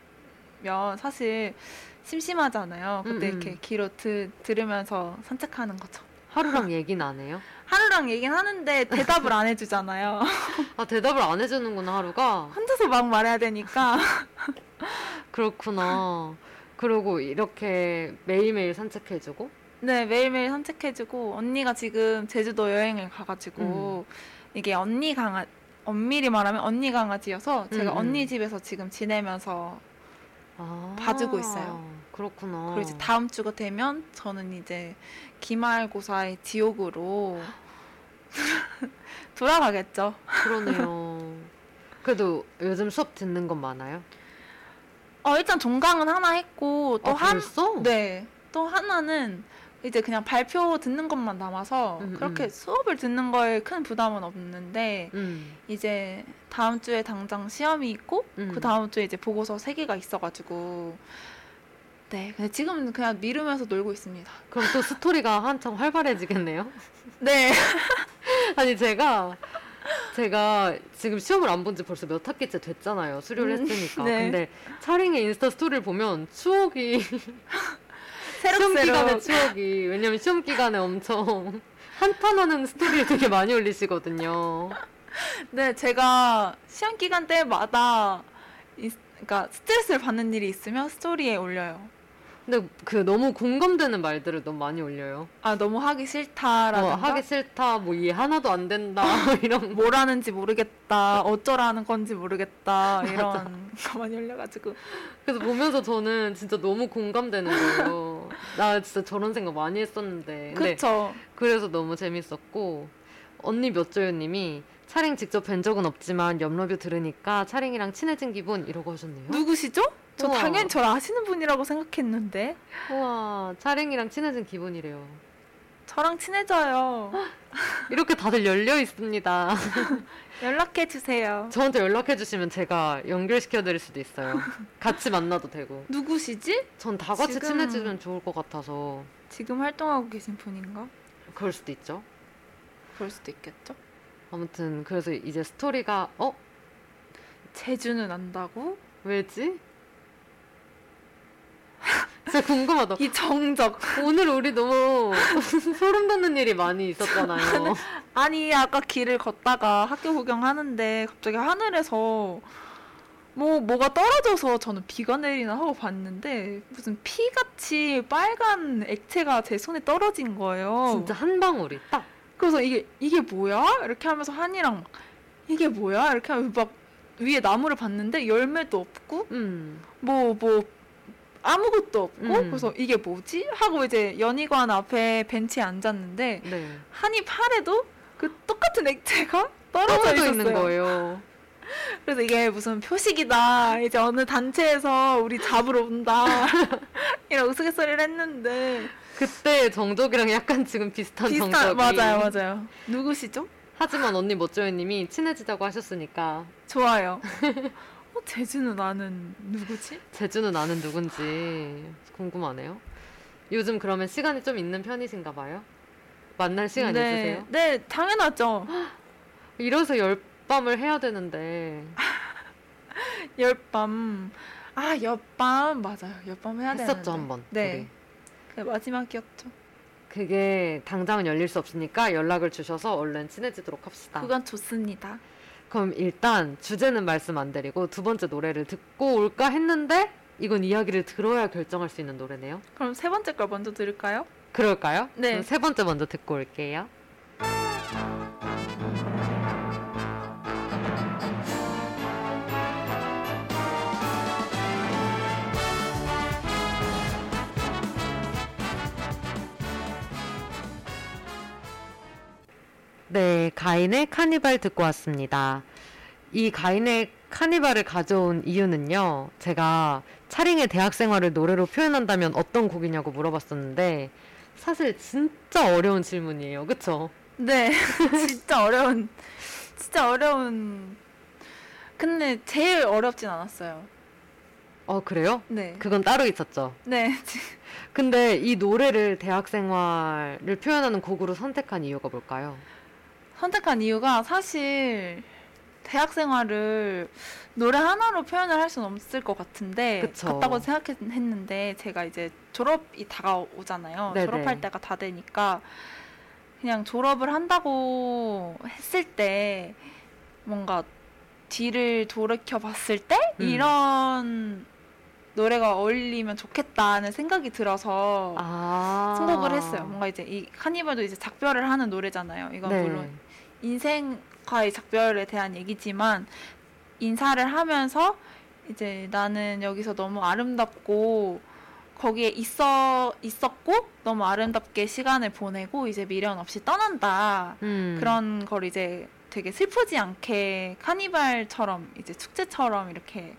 사실 심심하잖아요.
음,
근데
음.
이렇게 귀로 드, 들으면서 산책하는 거죠.
하루랑 얘기는 안 해요?
하루랑 얘기는 하는데 대답을 안 해주잖아요.
아 대답을 안 해주는구나 하루가
혼자서 막 말해야 되니까.
그렇구나. 그리고 이렇게 매일매일 산책해주고
네, 매일매일 산책해주고, 언니가 지금 제주도 여행을 가가지고,
음.
이게 언니 강아, 엄밀히 말하면 언니 강아지여서, 제가
음, 음.
언니 집에서 지금 지내면서,
아,
봐주고 있어요.
그렇구나.
그리고 이제 다음 주가 되면, 저는 이제 기말고사의 지옥으로 돌아가겠죠.
그러네요. 그래도 요즘 수업 듣는 건 많아요?
어, 일단 종강은 하나 했고, 또
아,
어, 한,
벌써?
네, 또 하나는, 이제 그냥 발표 듣는 것만 남아서
음, 음.
그렇게 수업을 듣는 거에 큰 부담은 없는데
음.
이제 다음 주에 당장 시험이 있고
음.
그 다음 주에 이제 보고서 세 개가 있어가지고 네 근데 지금은 그냥 미루면서 놀고 있습니다.
그럼 또 스토리가 한창 활발해지겠네요?
네
아니 제가 제가 지금 시험을 안 본 지 벌써 몇 학기째 됐잖아요. 수료를
음,
했으니까.
네.
근데 차링의 인스타 스토리를 보면 추억이 시험 기간의
새록새록
추억이 왜냐면 시험 기간에 엄청 한탄하는 스토리를 되게 많이 올리시거든요.
네 제가 시험 기간 때마다 인- 그러니까 스트레스를 받는 일이 있으면 스토리에 올려요.
근데 그 너무 공감되는 말들을 너무 많이 올려요.
아 너무 어, 하기
뭐
싫다라든가
하기 싫다, 뭐 이해 하나도 안 된다 이런 거.
뭐라는지 모르겠다 어쩌라는 건지 모르겠다 이런 거 많이 올려가지고
그래서 보면서 저는 진짜 너무 공감되는 거예요. 나 진짜 저런 생각 많이
네.
했었는데. 근데
그쵸
그래서 너무 재밌었고 언니 몇조연님이 차링 직접 뵌 적은 없지만 옆러뷰 들으니까 차링이랑 친해진 기분 이러고 하셨네요.
누구시죠? 저
우와.
당연히 저를 아시는 분이라고 생각했는데
우와 차링이랑 친해진 기분이래요.
저랑 친해져요.
이렇게 다들 열려 있습니다.
연락해 주세요.
저한테 연락해 주시면 제가 연결시켜 드릴 수도 있어요. 같이 만나도 되고.
누구시지?
전 다 같이
지금-
친해지면 좋을 것 같아서
지금 활동하고 계신 분인가?
그럴 수도 있죠.
그럴 수도 있겠죠.
아무튼 그래서 이제 스토리가 어
제주는 안다고?
왜지? 진짜 궁금하다.
이 정적.
오늘 우리 너무 소름 돋는 일이 많이
네.
있었잖아요.
아니 아까 길을 걷다가 학교 구경하는데 갑자기 하늘에서 뭐 뭐가 떨어져서 저는 비가 내리나 하고 봤는데 무슨 피같이 빨간 액체가 제 손에 떨어진 거예요.
진짜 한 방울이 딱.
그래서 이게 이게 뭐야? 이렇게 하면서 한이랑 막, 이게 뭐야? 이렇게 하면서 막 위에 나무를 봤는데 열매도 없고
음.
뭐 뭐 아무것도 없고
음.
그래서 이게 뭐지? 하고 이제 연희관 앞에 벤치에 앉았는데
네.
한이 팔에도 그 똑같은 액체가 떨어져
떨어져
있었어요.
있는 거예요.
그래서 이게 무슨 표식이다. 이제 어느 단체에서 우리 잡으러 온다. 이런 우스갯소리를 했는데
그때 정적이랑 약간 지금 비슷한 정적이.
비슷한 맞아요, 맞아요. 누구시죠?
하지만 언니 멋져요님이 친해지자고 하셨으니까
좋아요. 어, 제주는 나는 누구지?
제주는 아는 누군지 궁금하네요. 요즘 그러면 시간이 좀 있는 편이신가 봐요? 만날 시간
네,
있으세요?
네, 당연하죠.
이래서 열밤을 해야 되는데
아, 열밤. 아, 옆밤 맞아요. 옆밤 해야 되는데.
했었죠 한번.
네, 그 마지막이었죠.
그게 당장은 열릴 수 없으니까 연락을 주셔서 얼른 친해지도록 합시다.
그건 좋습니다.
그럼 일단 주제는 말씀 안 드리고 두 번째 노래를 듣고 올까 했는데 이건 이야기를 들어야 결정할 수 있는 노래네요.
그럼 세 번째 걸 먼저 들을까요?
그럴까요?
네.
그럼 세 번째 먼저 듣고 올게요. 네, 가인의 카니발 듣고 왔습니다. 이 가인의 카니발을 가져온 이유는요, 제가 차링의 대학 생활을 노래로 표현한다면 어떤 곡이냐고 물어봤었는데, 사실 진짜 어려운 질문이에요. 그쵸?
네, 진짜 어려운, 진짜 어려운. 근데 제일 어렵진 않았어요.
어, 그래요?
네,
그건 따로 있었죠.
네,
근데 이 노래를 대학 생활을 표현하는 곡으로 선택한 이유가 뭘까요?
선택한 이유가 사실 대학 생활을 노래 하나로 표현을 할 수는 없을 것 같은데
그쵸.
같다고 생각했는데 제가 이제 졸업이 다가오잖아요.
네네.
졸업할 때가 다 되니까 그냥 졸업을 한다고 했을 때 뭔가 뒤를 돌이켜 봤을 때
음.
이런 노래가 어울리면 좋겠다는 생각이 들어서
아.
선곡을 했어요. 뭔가 이제 이 카니발도 이제 작별을 하는 노래잖아요. 이건
네.
물론 인생과의 작별에 대한 얘기지만 인사를 하면서 이제 나는 여기서 너무 아름답고 거기에 있어 있었고 너무 아름답게 시간을 보내고 이제 미련 없이 떠난다
음.
그런 걸 이제 되게 슬프지 않게 카니발처럼 이제 축제처럼 이렇게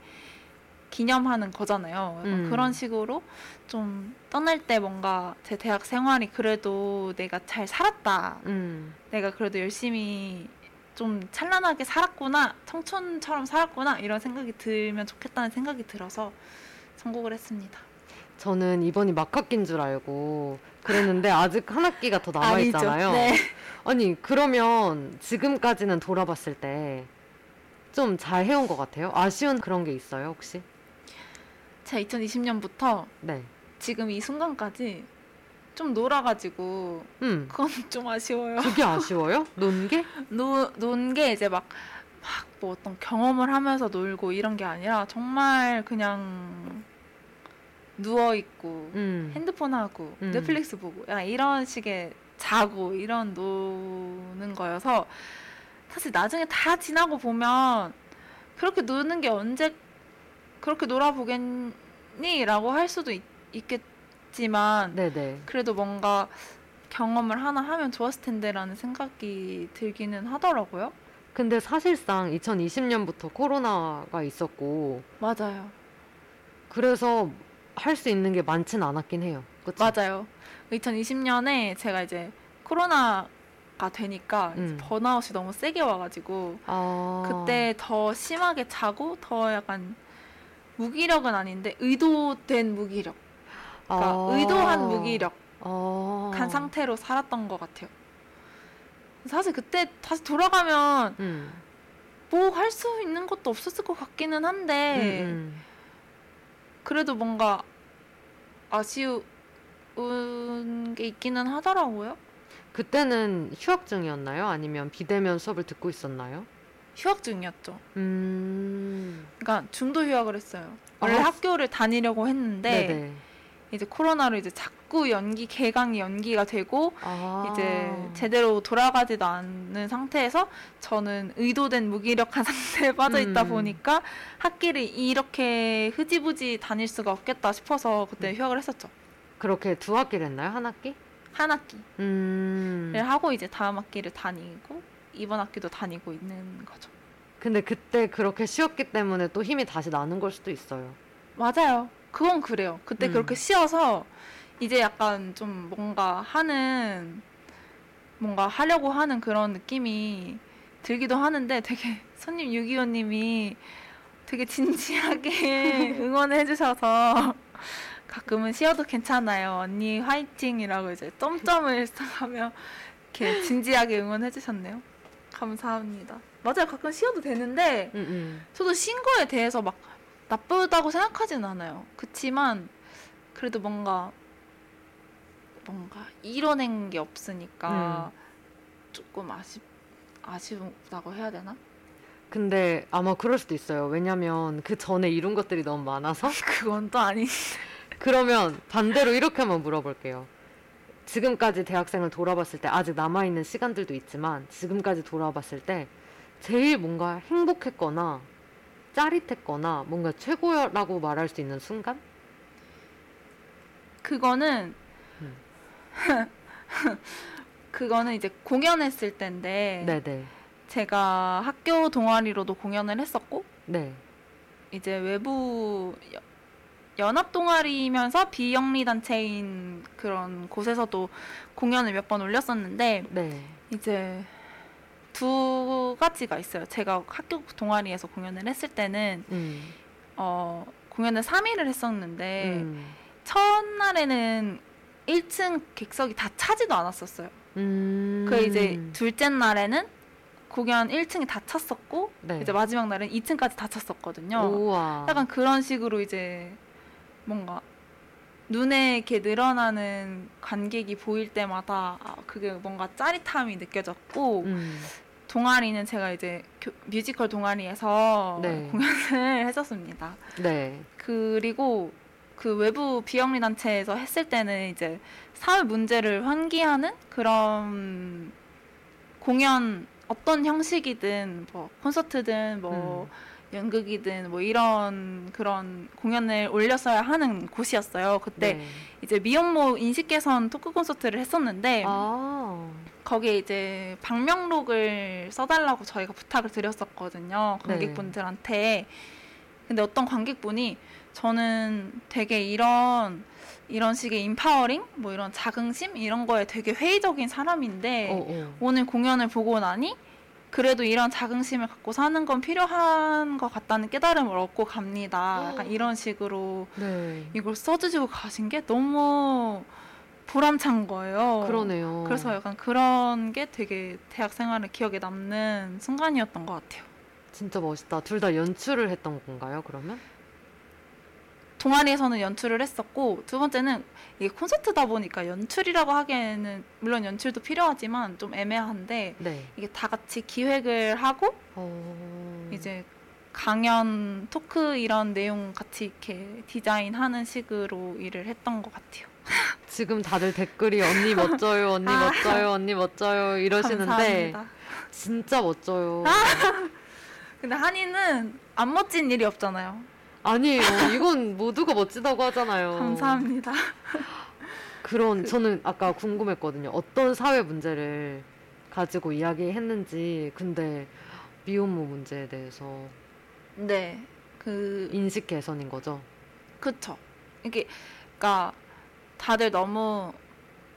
기념하는 거잖아요. 약간
음.
그런 식으로 좀 떠날 때 뭔가 제 대학 생활이 그래도 내가 잘 살았다.
음.
내가 그래도 열심히 좀 찬란하게 살았구나. 청춘처럼 살았구나. 이런 생각이 들면 좋겠다는 생각이 들어서 선곡을 했습니다.
저는 이번이 막학기인 줄 알고 그랬는데 아직 한 학기가 더 남아 있잖아요.
네.
아니 그러면 지금까지는 돌아봤을 때 좀 잘 해온 것 같아요. 아쉬운 그런 게 있어요 혹시?
제가 2020년부터
네.
지금 이 순간까지 좀 놀아가지고
음.
그건 좀 아쉬워요.
그게 아쉬워요? 논 게?
논게 이제 막, 막 뭐 어떤 경험을 하면서 놀고 이런 게 아니라 정말 그냥 누워있고
음.
핸드폰 하고
음.
넷플릭스 보고 약간 이런 식의 자고 이런 노는 거여서 사실 나중에 다 지나고 보면 그렇게 노는 게 언제 그렇게 놀아보겠니? 라고 할 수도 있, 있겠지만
네네.
그래도 뭔가 경험을 하나 하면 좋았을 텐데라는 생각이 들기는 하더라고요.
근데 사실상 2020년부터 코로나가 있었고
맞아요.
그래서 할 수 있는 게 많진 않았긴 해요. 그쵸?
맞아요. 2020년에 제가 이제 코로나가 되니까 이제
음.
번아웃이 너무 세게 와가지고
아.
그때 더 심하게 자고 더 약간 무기력은 아닌데 의도된 무기력, 그러니까
아.
의도한 무기력
아.
한 상태로 살았던 것 같아요. 사실 그때 다시 돌아가면
음.
뭐 할 수 있는 것도 없었을 것 같기는 한데
음, 음.
그래도 뭔가 아쉬운 게 있기는 하더라고요.
그때는 휴학 중이었나요? 아니면 비대면 수업을 듣고 있었나요?
휴학 중이었죠.
음.
그러니까 중도 휴학을 했어요.
아,
원래
학-
학교를 다니려고 했는데
네네.
이제 코로나로 이제 자꾸 연기 개강이 연기가 되고
아.
이제 제대로 돌아가지도 않는 상태에서 저는 의도된 무기력한 상태에 빠져 있다
음.
보니까 학기를 이렇게 흐지부지 다닐 수가 없겠다 싶어서
음.
그때 휴학을 했었죠.
그렇게 두 학기를 했나요? 한 학기?
한 학기.
음.
를 하고 이제 다음 학기를 다니고 이번 학기도 다니고 있는 거죠.
근데 그때 그렇게 쉬었기 때문에 또 힘이 다시 나는 걸 수도 있어요.
맞아요. 그건 그래요. 그때
음.
그렇게 쉬어서 이제 약간 좀 뭔가 하는 뭔가 하려고 하는 그런 느낌이 들기도 하는데 되게 손님 625님이 되게 진지하게 응원해 주셔서 가끔은 쉬어도 괜찮아요. 언니 화이팅이라고 이제 점점을 하며 이렇게 진지하게 응원해 주셨네요. 감사합니다. 맞아요. 가끔 쉬어도 되는데
음, 음.
저도 쉰 거에 대해서 막 나쁘다고 생각하진 않아요. 그치만 그래도 뭔가 뭔가 이뤄낸 게 없으니까
음.
조금 아쉽 아쉽다고 해야 되나?
근데 아마 그럴 수도 있어요. 왜냐면 그 전에 이룬 것들이 너무 많아서.
그건 또 아니.
그러면 반대로 이렇게만 물어볼게요. 지금까지 대학생을 돌아봤을 때 아직 남아있는 시간들도 있지만 지금까지 돌아봤을 때 제일 뭔가 행복했거나 짜릿했거나 뭔가 최고라고 말할 수 있는 순간?
그거는
음.
그거는 이제 공연했을 때인데
네네.
제가 학교 동아리로도 공연을 했었고
네.
이제 외부 여- 연합 동아리면서 비영리 단체인 그런 곳에서도 공연을 몇 번 올렸었는데
네.
이제 두 가지가 있어요. 제가 학교 동아리에서 공연을 했을 때는
음.
어 공연을 3일을 했었는데
음.
첫날에는 1층 객석이 다 차지도 않았었어요.
음.
그 이제 둘째 날에는 공연 1층이 다 찼었고
네.
이제 마지막 날은 2층까지 다 찼었거든요.
우와.
약간 그런 식으로 이제 뭔가 눈에 이렇게 늘어나는 관객이 보일 때마다 아, 그게 뭔가 짜릿함이 느껴졌고
음.
동아리는 제가 이제 교- 뮤지컬 동아리에서
네.
공연을 했었습니다.
네.
그리고 그 외부 비영리 단체에서 했을 때는 이제 사회 문제를 환기하는 그런 공연 어떤 형식이든 뭐 콘서트든 뭐 연극이든 뭐 이런 그런 공연을 올렸어야 하는 곳이었어요.
네.
그때 이제 미혼모 인식 개선 토크 콘서트를 했었는데
아.
거기에 이제 방명록을 써달라고 저희가 부탁을 드렸었거든요 관객분들한테 근데 어떤 관객분이 저는 되게 이런 이런 식의 인파워링 뭐 이런 자긍심 이런 거에 되게 회의적인 사람인데
어, 어.
오늘 공연을 보고 나니 그래도 이런 자긍심을 갖고 사는 건 필요한 것 같다는 깨달음을 얻고 갑니다 약간
어.
이런 식으로
네.
이걸 써주시고 가신 게 너무 보람찬 거예요
그러네요.
어. 그래서 약간 그런 게 되게 대학 생활에 기억에 남는 순간이었던 것 같아요.
진짜 멋있다. 둘 다 연출을 했던 건가요? 그러면?
동아리에서는 연출을 했었고 두 번째는 이게 콘서트다 보니까 연출이라고 하기에는 물론 연출도 필요하지만 좀 애매한데
네.
이게 다 같이 기획을 하고
어.
이제 강연 토크 이런 내용 같이 이렇게 디자인하는 식으로 일을 했던 것 같아요.
지금 다들 댓글이 언니 멋져요, 언니
아.
멋져요, 언니 멋져요 이러시는데
감사합니다. 아!
진짜 멋져요.
근데 한이는 안 멋진 일이 없잖아요.
아니에요. 어, 이건 모두가 멋지다고 하잖아요.
감사합니다.
그런 저는 아까 궁금했거든요. 어떤 사회 문제를 가지고 이야기했는지 근데 미혼모 문제에 대해서
네, 그
인식 개선인 거죠.
그쵸. 이게, 그니까, 다들 너무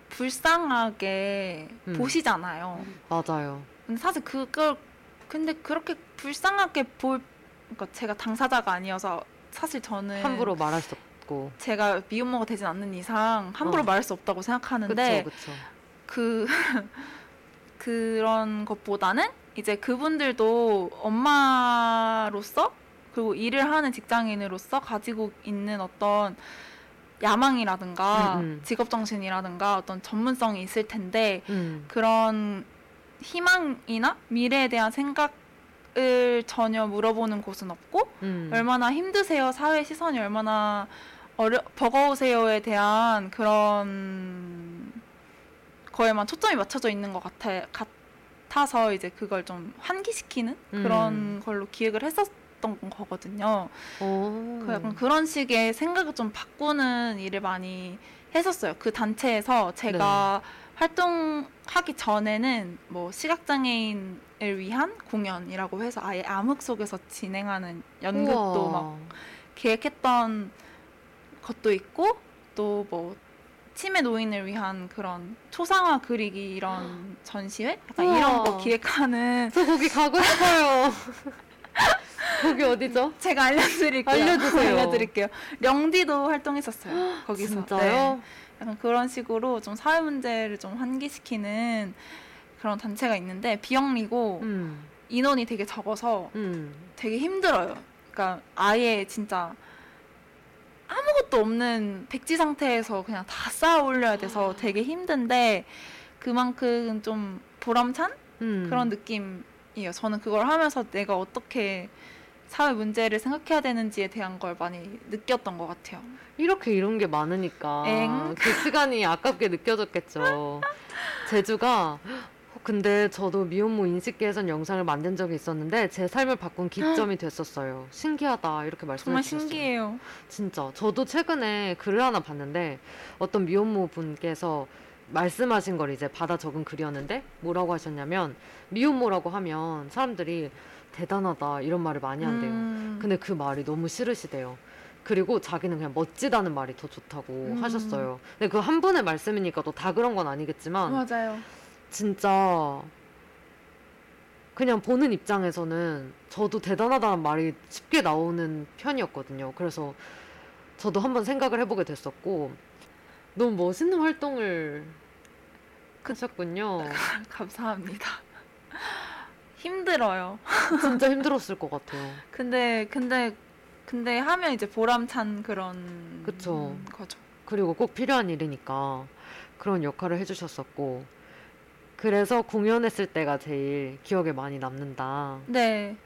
불쌍하게
음.
보시잖아요.
맞아요.
근데 사실 그걸, 근데 그렇게 불쌍하게 볼, 그니까 제가 당사자가 아니어서 사실 저는
함부로 말할 수 없고.
제가 미혼모가 되진 않는 이상 함부로
어.
말할 수 없다고 생각하는데
그쵸 그쵸.
그 그런 것보다는 이제 그분들도 엄마로서 그리고 일을 하는 직장인으로서 가지고 있는 어떤 야망이라든가
음, 음.
직업 정신이라든가 어떤 전문성이 있을 텐데
음.
그런 희망이나 미래에 대한 생각을 전혀 물어보는 곳은 없고
음.
얼마나 힘드세요? 사회 시선이 얼마나 어려 버거우세요에 대한 그런 거에만 초점이 맞춰져 있는 것 같아 같아서 이제 그걸 좀 환기시키는
음.
그런 걸로 기획을 했었던 거거든요.
오.
그 약간 그런 식의 생각을 좀 바꾸는 일을 많이 했었어요. 그 단체에서 제가
네.
활동하기 전에는 뭐 시각장애인을 위한 공연이라고 해서 아예 암흑 속에서 진행하는 연극도 막
우와.
계획했던 것도 있고 또 뭐 치매 노인을 위한 그런 초상화 그리기 이런 전시회 약간
우와.
이런 거 기획하는
저 거기 가고 싶어요. 거기 어디죠?
제가 알려드릴게요.
알려주세요.
알려드릴게요. 령디도 활동했었어요. 거기서.
진짜요?
네. 약간 그런 식으로 좀 사회 문제를 좀 환기시키는 그런 단체가 있는데 비영리고
음.
인원이 되게 적어서
음.
되게 힘들어요. 그러니까 아예 진짜 아무것도 없는 백지 상태에서 그냥 다 쌓아 올려야 돼서 되게 힘든데 그만큼 좀 보람찬
음.
그런 느낌이에요. 저는 그걸 하면서 내가 어떻게 사회 문제를 생각해야 되는지에 대한 걸 많이 느꼈던 것 같아요.
이렇게 이런 게 많으니까
엥.
그 시간이 아깝게 느껴졌겠죠. 제주가 어, 근데 저도 미혼모 인식 개선 영상을 만든 적이 있었는데 제 삶을 바꾼 기점이 됐었어요. 신기하다 이렇게 말씀해
정말
주셨어요.
신기해요.
진짜 저도 최근에 글을 하나 봤는데 어떤 미혼모 분께서 말씀하신 걸 이제 받아 적은 글이었는데 뭐라고 하셨냐면 미혼모라고 하면 사람들이 대단하다 이런 말을 많이 한대요.
음.
근데 그 말이 너무 싫으시대요. 그리고 자기는 그냥 멋지다는 말이 더 좋다고
음.
하셨어요. 근데 그 한 분의 말씀이니까 또 다 그런 건 아니겠지만
맞아요.
진짜 그냥 보는 입장에서는 저도 대단하다는 말이 쉽게 나오는 편이었거든요. 그래서 저도 한번 생각을 해보게 됐었고 너무 멋있는 활동을 하셨군요.
감사합니다. 힘들어요.
진짜 힘들었을 것 같아요.
근데 근데 근데 하면 이제 보람찬 그런
그쵸.
거죠.
그리고 꼭 필요한 일이니까 그런 역할을 해주셨었고 그래서 공연했을 때가 제일 기억에 많이 남는다.
네.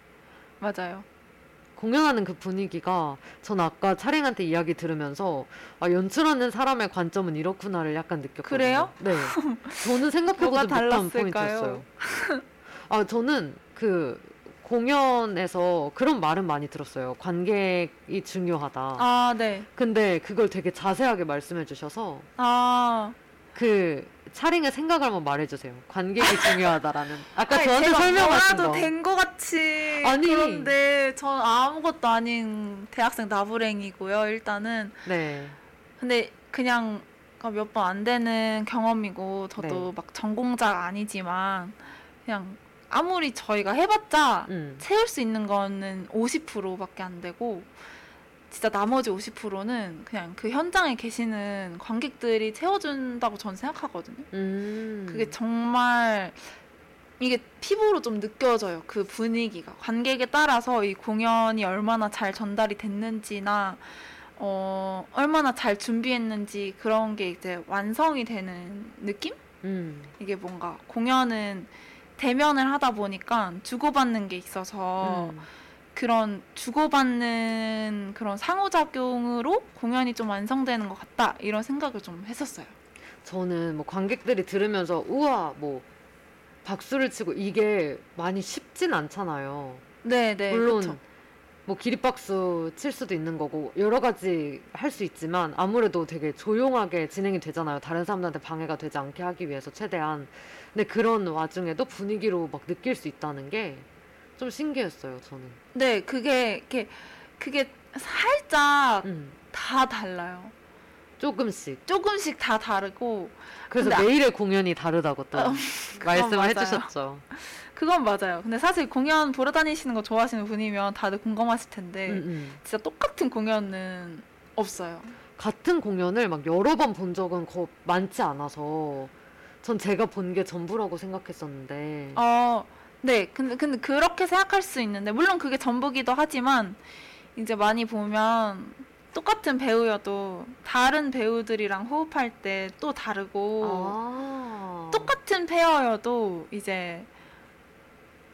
맞아요.
공연하는 그 분위기가 전 아까 차랭한테 이야기 들으면서 아, 연출하는 사람의 관점은 이렇구나를 약간 느꼈거든요.
그래요?
네. 저는 생각해보지
뭐가
못한
달랐을까요?
포인트였어요. 아, 저는 그 공연에서 그런 말은 많이 들었어요. 관객이 중요하다.
아, 네.
근데 그걸 되게 자세하게 말씀해 주셔서
아.
그 차링의 생각을 한번 말해주세요. 관객이 중요하다라는. 아까 그러니까
아니,
저한테
제가
설명하신
뭐라도
거.
된거 같이
아니.
그런데 전 아무것도 아닌 대학생 나부랭이고요. 일단은
네.
근데 그냥 몇 번 안 되는 경험이고 저도
네.
막 전공자가 아니지만 그냥 아무리 저희가 해봤자
음.
채울 수 있는 거는 50%밖에 안 되고 진짜 나머지 50%는 그냥 그 현장에 계시는 관객들이 채워준다고 전 생각하거든요.
음.
그게 정말 이게 피부로 좀 느껴져요. 그 분위기가 관객에 따라서 이 공연이 얼마나 잘 전달이 됐는지나 어 얼마나 잘 준비했는지 그런 게 이제 완성이 되는 느낌?
음.
이게 뭔가 공연은 대면을 하다 보니까 주고받는 게 있어서
음.
그런 주고받는 그런 상호작용으로 공연이 좀 완성되는 것 같다 이런 생각을 좀 했었어요.
저는 뭐 관객들이 들으면서 우와 뭐 박수를 치고 이게 많이 쉽진 않잖아요.
네, 네,
물론
그쵸.
뭐 기립박수 칠 수도 있는 거고 여러 가지 할 수 있지만 아무래도 되게 조용하게 진행이 되잖아요. 다른 사람들한테 방해가 되지 않게 하기 위해서 최대한. 근데 그런 와중에도 분위기로 막 느낄 수 있다는 게 좀 신기했어요. 저는.
네, 그게 이렇게 그게 살짝
음,
다 달라요.
조금씩.
조금씩 다 다르고
그래서
근데 아-
매일의 공연이 다르다고 또
어,
말씀을
맞아요.
해주셨죠.
그건 맞아요. 근데 사실 공연 보러 다니시는 거 좋아하시는 분이면 다들 공감하실 텐데
음, 음.
진짜 똑같은 공연은 없어요.
같은 공연을 막 여러 번 본 적은 거 많지 않아서 전 제가 본 게 전부라고 생각했었는데
어, 네. 근데, 근데 그렇게 생각할 수 있는데, 물론 그게 전부기도 하지만, 이제 많이 보면, 똑같은 배우여도 다른 배우들이랑 호흡할 때 또 다르고,
아.
똑같은 페어여도 이제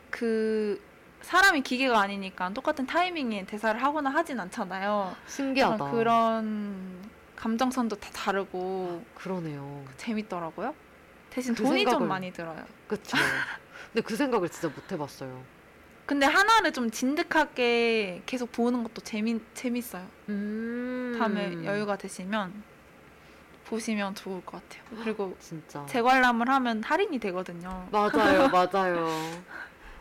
그 사람이 기계가 아니니까 똑같은 타이밍에 대사를 하거나 하진 않잖아요. 약간
신기하다.
그런 감정선도 다 다르고
그러네요.
재밌더라고요. 대신
그
돈이
생각을-
좀 많이 들어요.
그쵸. 근데 그 생각을 진짜 못 해봤어요.
근데 하나를 좀 진득하게 계속 보는 것도 재미 재밌어요.
음.
다음에 여유가 되시면 보시면 좋을 것 같아요. 그리고
진짜.
재관람을 하면 할인이 되거든요.
맞아요, 맞아요.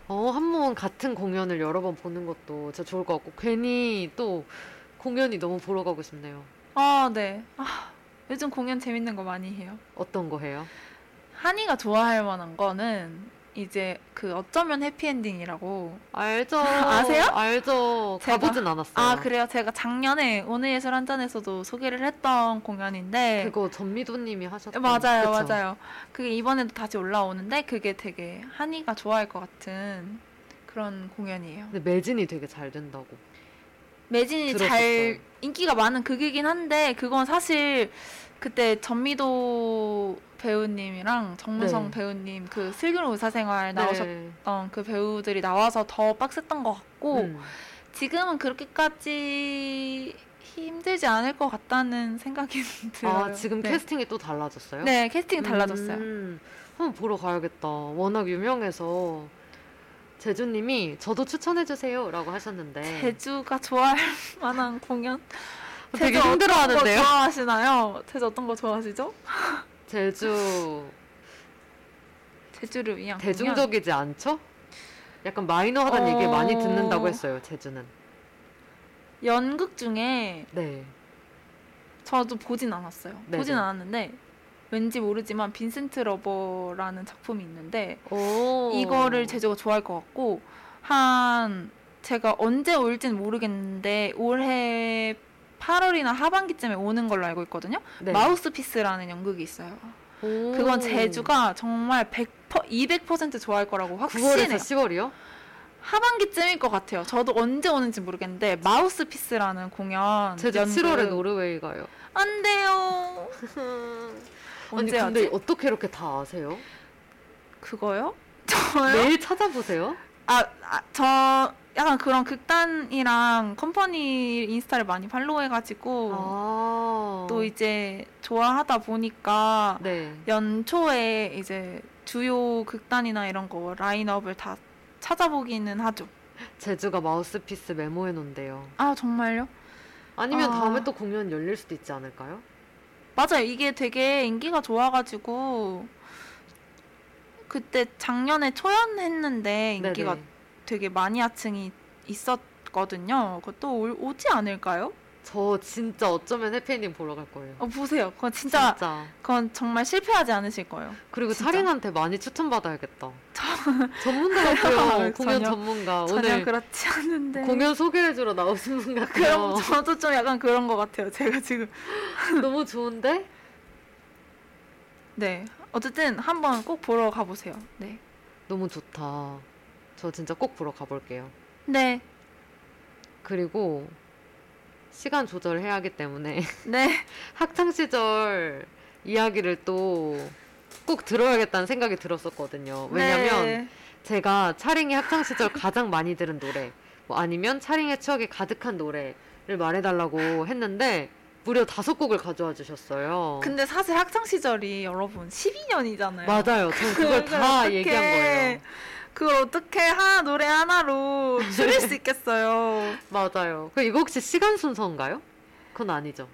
어, 한번 같은 공연을 여러 번 보는 것도 진짜 좋을 것 같고 괜히 또 공연이 너무 보러 가고 싶네요.
아 네. 아, 요즘 공연 재밌는 거 많이 해요.
어떤 거 해요?
한이가 좋아할 만한 거는 이제 그 어쩌면 해피엔딩이라고.
알죠.
아세요?
알죠.
제가-
가보진 않았어요.
아 그래요. 제가 작년에 오늘 예술 한 잔에서도 소개를 했던 공연인데.
그거 전미도님이 하셨던
네. 맞아요,
그쵸?
맞아요. 그게 이번에도 다시 올라오는데 그게 되게 한이가 좋아할 것 같은 그런 공연이에요.
근데 매진이 되게 잘 된다고.
네, 매진이
들었었어요.
잘 인기가 많은 극이긴 한데 그건 사실 그때 전미도 배우님이랑 정문성
네.
배우님 그 슬기로운 의사생활
네.
나오셨던 그 배우들이 나와서 더 빡셌던 것 같고
음.
지금은 그렇게까지 힘들지 않을 것 같다는 생각이 들어요.
아 지금
네.
캐스팅이 또 달라졌어요?
네 캐스팅 달라졌어요.
음, 한번 보러 가야겠다. 워낙 유명해서 제주님이 저도 추천해 주세요라고 하셨는데
제주가 좋아할 만한 공연?
아, 되게
제주
힘들어하는데요.
어떤 거 좋아하시나요? 제주 어떤 거 좋아하시죠?
제주
제주를 위한 공연.
대중적이지 않죠? 약간 마이너하다는 얘기
어.
많이 듣는다고 했어요. 제주는.
연극 중에
네.
저도 보진 않았어요.
네네.
보진 않았는데 왠지 모르지만 빈센트 러버라는 작품이 있는데
오.
이거를 제주가 좋아할 것 같고 한 제가 언제 올진 모르겠는데 올해 8월이나 하반기쯤에 오는 걸로 알고 있거든요.
네.
마우스피스라는 연극이 있어요.
오.
그건 제주가 정말 100% 200% 좋아할 거라고
9월에서
확신해요.
10월이요?
하반기쯤일 것 같아요. 저도 언제 오는지 모르겠는데 마우스피스라는 공연
제주
연극.
7월에 노르웨이 가요.
안 돼요.
언니
음. 언제
근데
하지?
어떻게 이렇게 다 아세요?
그거요? 저요?
매일 찾아보세요?
아, 아, 저 약간 그런 극단이랑 컴퍼니 인스타를 많이 팔로우해가지고
아.
또 이제 좋아하다 보니까
네.
연초에 이제 주요 극단이나 이런 거 라인업을 다 찾아보기는 하죠.
제주가 마우스피스 메모해 놓은대요.
아 정말요?
아니면
아.
다음에 또 공연 열릴 수도 있지 않을까요?
맞아요. 이게 되게 인기가 좋아가지고 그때 작년에 초연했는데 인기가
네네.
되게 마니아층이 있었거든요. 그것도 올- 오지 않을까요?
저 진짜 어쩌면 해피엔딩 보러 갈 거예요.
어, 보세요. 그건 진짜, 그건 정말 실패하지 않으실 거예요.
그리고
진짜.
차린한테 많이 추천받아야겠다. 전문가 같아요. 공연
전혀-
전문가.
전혀
오늘
그렇지 않은데.
공연 어. 소개해주러 나오신 분 같아요.
그럼 저도 좀 약간 그런 것 같아요. 제가 지금.
너무 좋은데?
네. 어쨌든 한번 꼭 보러 가보세요. 네.
너무 좋다. 저 진짜 꼭 보러 가볼게요.
네.
그리고 시간 조절해야 하기 때문에
네.
학창 시절 이야기를 또 꼭 들어야겠다는 생각이 들었었거든요. 왜냐면
네.
제가 차링이 학창 시절 가장 많이 들은 노래, 뭐 아니면 차링의 추억이 가득한 노래를 말해달라고 했는데 무려 다섯 곡을 가져와 주셨어요.
근데 사실 학창시절이 여러분 12년이잖아요.
맞아요. 전 그걸 다 얘기한 거예요.
그걸 어떻게 하나 노래 하나로 줄일 수 있겠어요.
맞아요. 그 이거 혹시 시간 순서인가요? 그건 아니죠.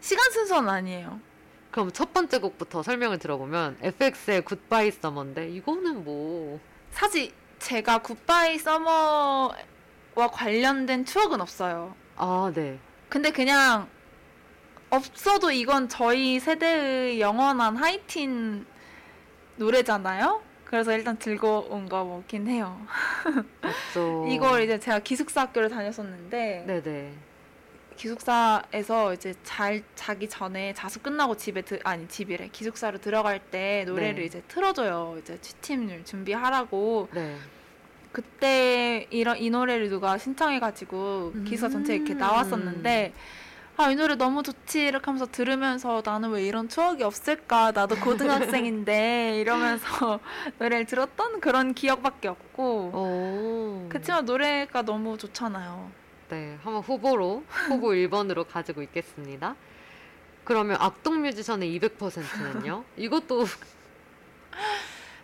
시간 순서는 아니에요.
그럼 첫 번째 곡부터 설명을 들어보면 FX의 굿바이 서머인데 이거는 뭐
사실 제가 굿바이 서머와 관련된 추억은 없어요.
아, 네.
근데 그냥 없어도 이건 저희 세대의 영원한 하이틴 노래잖아요. 그래서 일단 즐거운 거긴 해요.
맞죠.
이걸 이제 제가 기숙사 학교를 다녔었는데
네네.
기숙사에서 이제 잘 자기 전에 자수 끝나고 집에 드, 아니 집이래 기숙사로 들어갈 때 노래를
네.
이제 틀어줘요. 이제 취침을 준비하라고
네.
그때 이런 이 노래를 누가 신청해가지고
음.
기사 전체 이렇게 나왔었는데 아 이 노래 너무 좋지 이렇게 하면서 들으면서 나는 왜 이런 추억이 없을까 나도 고등학생인데 이러면서 노래를 들었던 그런 기억밖에
어.
없고
오.
그치만 노래가 너무 좋잖아요.
네, 한번 후보로 후보 1번으로 가지고 있겠습니다. 그러면 악동 뮤지션의 200%는요? 이것도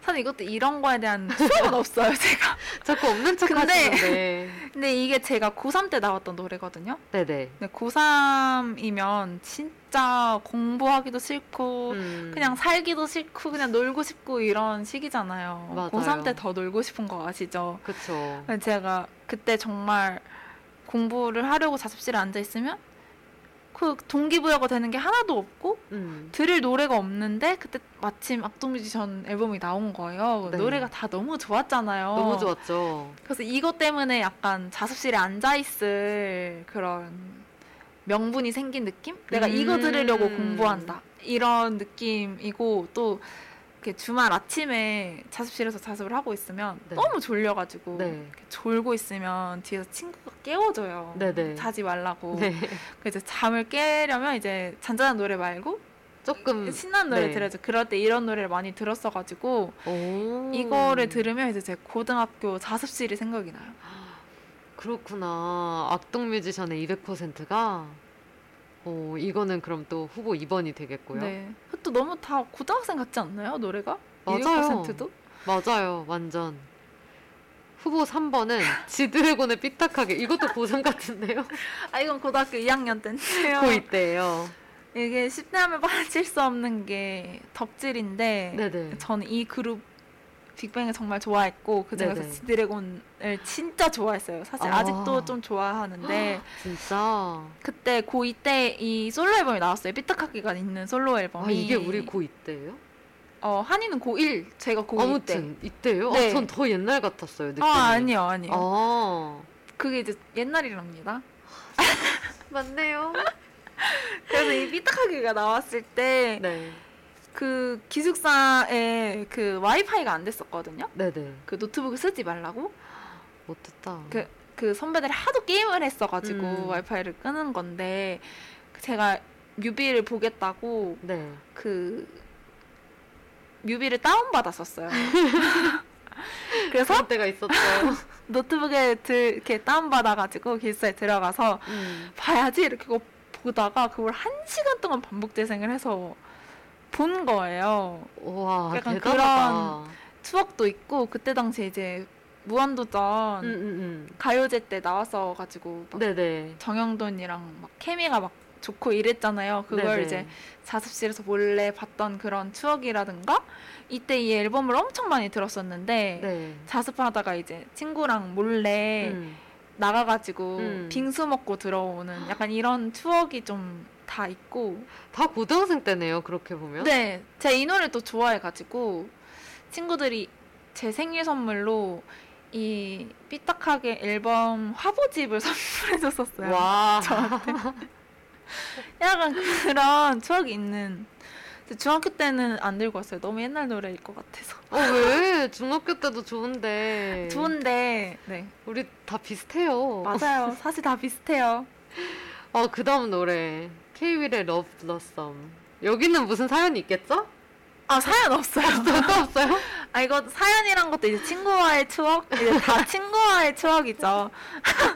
사실 이것도 이런 거에 대한 추억은 없어요 제가.
자꾸 없는 척
근데-
하시는데.
근데 이게 제가 고3 때 나왔던 노래거든요.
네네.
근데 고3이면 진짜 공부하기도 싫고
음,
그냥 살기도 싫고 그냥 놀고 싶고 이런 시기잖아요.
맞아요.
고3 때 더 놀고 싶은 거 아시죠?
그쵸.
근데 제가 그때 정말 공부를 하려고 자습실에 앉아 있으면 그 동기부여가 되는 게 하나도 없고
음,
들을 노래가 없는데 그때 마침 악동뮤지션 앨범이 나온 거예요.
네.
노래가 다 너무 좋았잖아요.
너무 좋았죠.
그래서 이것 때문에 약간 자습실에 앉아 있을 그런 명분이 생긴 느낌? 내가 이거
음.
들으려고 공부한다 이런 느낌이고 또 이렇게 주말 아침에 자습실에서 자습을 하고 있으면
네.
너무 졸려가지고
네.
이렇게 졸고 있으면 뒤에서 친구가 깨워줘요.
네네.
자지 말라고.
네.
그 이제 잠을 깨려면 이제 잔잔한 노래 말고
조금
신나는 노래
네.
들어야죠. 그럴 때 이런 노래를 많이 들었어가지고
오.
이거를 들으면 이제 제 고등학교 자습실이 생각이 나요.
그렇구나. 악동 뮤지션의 200%가 어, 이거는 그럼 또 후보 2번이 되겠고요.
네. 또 너무 다 고등학생 같지 않나요? 노래가?
맞아요.
200%도?
맞아요, 완전. 후보 3번은 지드래곤의 삐딱하게 이것도 고3 같은데요?
아 이건 고등학교 2학년 때인데요.
고2 때예요.
이게 10대 하면 빠질 수 없는 게 덕질인데
네네.
저는 이 그룹 빅뱅을 정말 좋아했고 그중에서
네네.
지드래곤을 진짜 좋아했어요. 사실
아.
아. 직도좀 좋아하는데
진짜.
그때 고2 때 이 솔로 앨범이 나왔어요. 삐딱하기가 있는 솔로 앨범이.
아 이게 우리 고2 때예요?
어 한이는 고1 제가 고2 때.
아무튼 이때요?
네.
아, 전 더 옛날 같았어요. 느낌이.
아 아니요 아니요.
아,
그게 이제 옛날이랍니다.
맞네요.
그래서 이 삐딱하기가 나왔을 때
네.
그 기숙사에 그 와이파이가 안 됐었거든요.
네네.
그 노트북을 쓰지 말라고
못 듣다.
그- 그 선배들이 하도 게임을 했어가지고
음.
와이파이를 끄는 건데 제가 뮤비를 보겠다고
네.
그 뮤비를 다운 받았었어요. 그래서
그런 때가 있었죠.
노트북에 들, 이렇게 다운 받아가지고 길서에 들어가서
음.
봐야지 이렇게 그거 보다가 그걸 한 시간 동안 반복 재생을 해서 본 거예요.
와
약간
대단하다.
추억도 있고 그때 당시 에 이제 무한도전
음, 음,
가요제 때 나왔어 가지고
음. 네네.
정영돈이랑 막 케미가 막 좋고 이랬잖아요. 그걸
네네.
이제 자습실에서 몰래 봤던 그런 추억이라든가 이때 이 앨범을 엄청 많이 들었었는데
네.
자습하다가 이제 친구랑 몰래
음.
나가가지고
음.
빙수 먹고 들어오는 약간 이런 추억이 좀 다 있고
다 고등학생 때네요. 그렇게 보면.
네, 제가 이 노래를 또 좋아해가지고 친구들이 제 생일 선물로 이 삐딱하게 앨범 화보집을 선물해줬었어요.
와.
약간 그런 추억이 있는 근데 중학교 때는 안 들고 왔어요. 너무 옛날 노래일 것 같아서.
어 왜? 중학교 때도 좋은데.
좋은데 네
우리 다
어.
비슷해요.
맞아요. 사실 다 비슷해요.
어 그다음 노래 케이윌의 러브 블러썸. 여기는 무슨 사연이 있겠죠?
아 사연 없어요.
또 없어요?
아 이거 사연이란 것도 이제 친구와의 추억 이제 다 친구와의 추억이죠.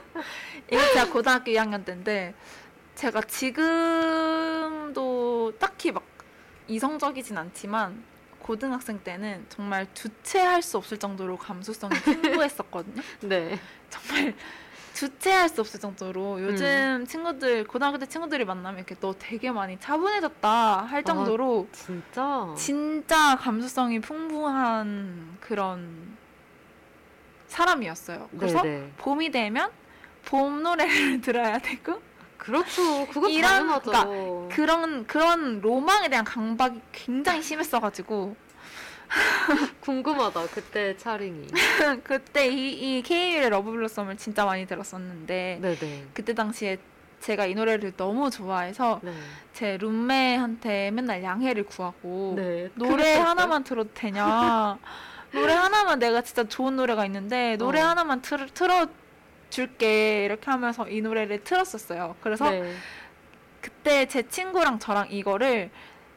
이거 제가 고등학교 2학년 때인데 제가 지금도 딱히 막 이성적이진 않지만 고등학생 때는 정말 주체할 수 없을 정도로 감수성이 풍부했었거든요.
네.
정말 주체할 수 없을 정도로 요즘 친구들 고등학교 때 친구들이 만나면 이렇게 너 되게 많이 차분해졌다 할 정도로
진짜.
진짜 감수성이 풍부한 그런 사람이었어요. 그래서
네네.
봄이 되면 봄 노래를 들어야 되고
그렇죠. 그건
이런- 그러니까
당연하죠.
그런 그런 로망에 대한 강박이 굉장히 심했어가지고 그
궁금하다. 그때 차링이.
그때 이, 이 케이윌의 러브블러썸을 진짜 많이 들었었는데
네네.
그때 당시에 제가 이 노래를 너무 좋아해서
네.
제 룸메한테 맨날 양해를 구하고
네.
뭐 노래
그랬었어요?
하나만 들어도 되냐 노래 하나만 내가 진짜 좋은 노래가 있는데 노래
어.
하나만 틀, 틀어줄게 이렇게 하면서 이 노래를 틀었었어요 그래서
네.
그때 제 친구랑 저랑 이거를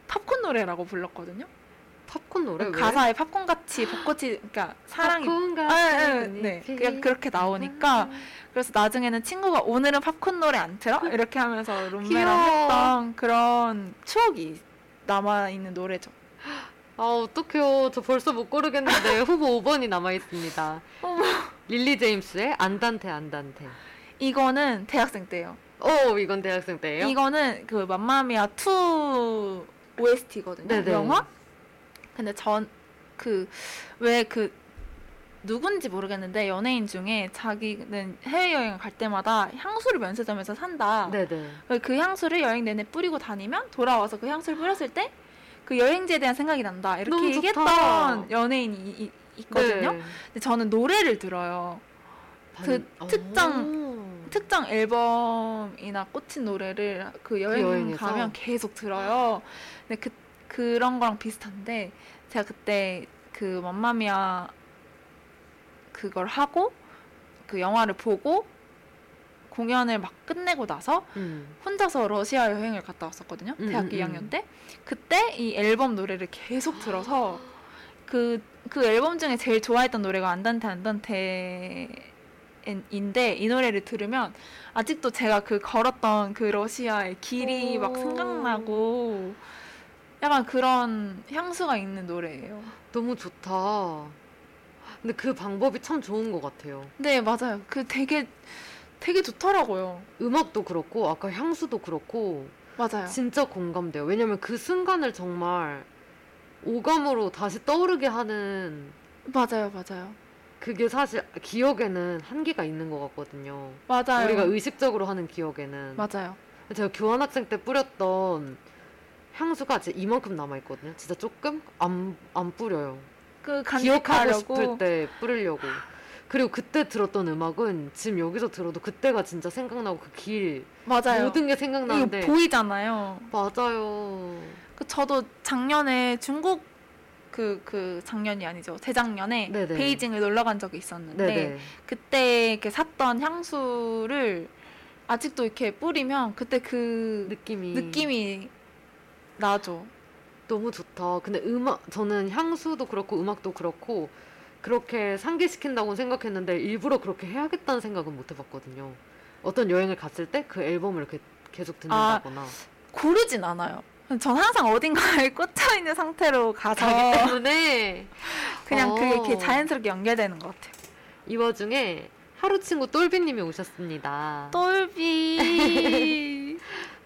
팝콘 노래라고 불렀거든요
팝콘 노래 왜?
그 가사에 팝콘같이 벚꽃이 그러니까 사랑이
팝콘
아, 아, 아, 네 그냥 그렇게
아,
나오니까 그래서 나중에는 친구가 오늘은 팝콘 노래 안 틀어? 이렇게 하면서 룸메랑
귀여워.
했던 그런 추억이 남아있는 노래죠
아 어떡해요. 저 벌써 못 고르겠는데 후보 5번이 남아 있습니다.
어머.
릴리 제임스의 안단테 안단테.
이거는 대학생 때예요
오 이건 대학생 때예요.
이거는 그 맘마미아 2 OST거든요.
네네.
영화? 근데 전 그 왜 그 누군지 모르겠는데 연예인 중에 자기는 해외 여행을 갈 때마다 향수를 면세점에서 산다.
네네.
그 향수를 여행 내내 뿌리고 다니면 돌아와서 그 향수를 뿌렸을 때 그 여행지에 대한 생각이 난다. 이렇게
너무 좋다.
얘기했던 연예인이 이- 이- 있거든요.
네.
근데 저는 노래를 들어요. 그
반-
특장-
오.
특정 앨범이나 꽂힌 노래를 그 여행
그 여행에서?
가면 계속 들어요. 근데 그 그런 거랑 비슷한데 제가 그때 그 맘마미아 그걸 하고 그 영화를 보고 공연을 막 끝내고 나서
음.
혼자서 러시아 여행을 갔다 왔었거든요.
음,
대학교
음,
2학년
음.
때. 그때 이 앨범 노래를 계속 들어서 그, 그 앨범 중에 제일 좋아했던 노래가 안단테 안단테인데 이 노래를 들으면 아직도 제가 그 걸었던 그 러시아의 길이
오.
막 생각나고 약간 그런 향수가 있는 노래예요.
너무 좋다. 근데 그 방법이 참 좋은 것 같아요.
네, 맞아요. 그 되게 되게 좋더라고요.
음악도 그렇고 아까 향수도 그렇고
맞아요.
진짜 공감돼요. 왜냐면 그 순간을 정말 오감으로 다시 떠오르게 하는
맞아요. 맞아요.
그게 사실 기억에는 한계가 있는 것 같거든요.
맞아요.
우리가 의식적으로 하는 기억에는
맞아요.
제가 교환학생 때 뿌렸던 향수가 이제 이만큼 남아 있거든요. 진짜 조금 안, 안 뿌려요.
그
기억하고
간직하려고
싶을 때 뿌리려고. 그리고 그때 들었던 음악은 지금 여기서 들어도 그때가 진짜 생각나고 그 길
맞아요.
모든 게
이거
생각나는데
보이잖아요.
맞아요.
그 저도 작년에 중국 그, 그 작년이 아니죠. 재작년에
네네.
베이징을 놀러 간 적이 있었는데
네네.
그때 이렇게 샀던 향수를 아직도 이렇게 뿌리면 그때 그
느낌이
느낌이 나죠.
너무 좋다. 근데 음악 저는 향수도 그렇고 음악도 그렇고 그렇게 상기시킨다고 생각했는데 일부러 그렇게 해야겠다는 생각은 못 해봤거든요. 어떤 여행을 갔을 때 그 앨범을 이렇게 계속
아.
듣는다거나
고르진 않아요. 전 항상 어딘가에 꽂혀 있는 상태로 가서
가기 때문에
그냥 그게 이렇게
어.
자연스럽게 연결되는 것 같아요.
이 와중에 하루 친구 똘비님이 오셨습니다.
똘비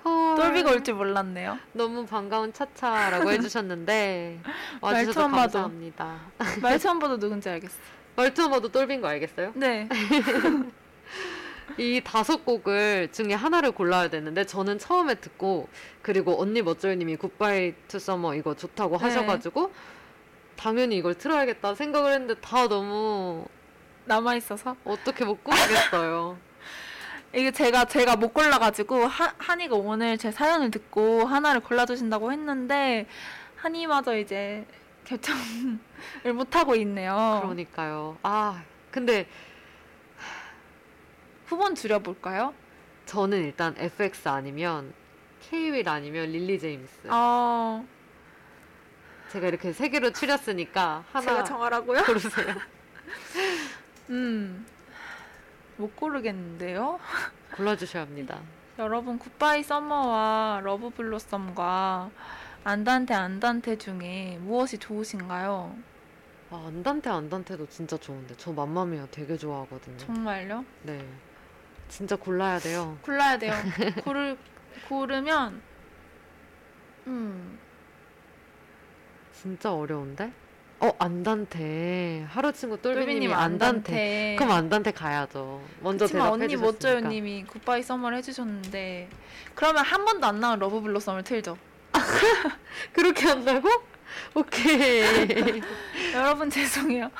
헐.
똘비가 올 줄 몰랐네요.
너무 반가운 차차라고 해주셨는데 와주셔서
말투만 봐도.
감사합니다.
말 처음 봐도 누군지 알겠어.
말투만 봐도 똘비인 거 알겠어요?
네.
이 다섯 곡을 중에 하나를 골라야 되는데 저는 처음에 듣고 그리고 언니 멋져요님이 굿바이 투 서머 이거 좋다고
네.
하셔가지고 당연히 이걸 틀어야겠다 생각을 했는데 다 너무
남아 있어서
어떻게 못 고르겠어요.
이게 제가 제가 못 골라가지고 하, 한이가 오늘 제 사연을 듣고 하나를 골라주신다고 했는데 한이마저 이제 결정을 못 하고 있네요.
그러니까요. 아 근데
후보는 줄여볼까요?
저는 일단 FX 아니면 K-윌 아니면 릴리 제임스.
어,
제가 이렇게 세 개로 추렸으니까 하나
제가 정하라고요?
고르세요.
음, 못 고르겠는데요.
골라주셔야 합니다.
여러분 굿바이 서머와 러브 블로썸과 안단테 안단테 중에 무엇이 좋으신가요?
아, 안단테 안단테도 진짜 좋은데 저 맘마미아 되게 좋아하거든요.
정말요?
네. 진짜 골라야 돼요.
골라야 돼요. 고를 고르면 음
진짜 어려운데? 어, 안단테. 하루 친구 똘비님이
똘비님
안단테.
안단테.
그럼 안단테 가야죠. 먼저
그치만
대답해
언니
주셨으니까.
멋져요님이 굿바이 서머를 해주셨는데 그러면 한 번도 안 나온 러브 블로썸을 틀죠.
그렇게 한다고? 오케이.
여러분 죄송해요.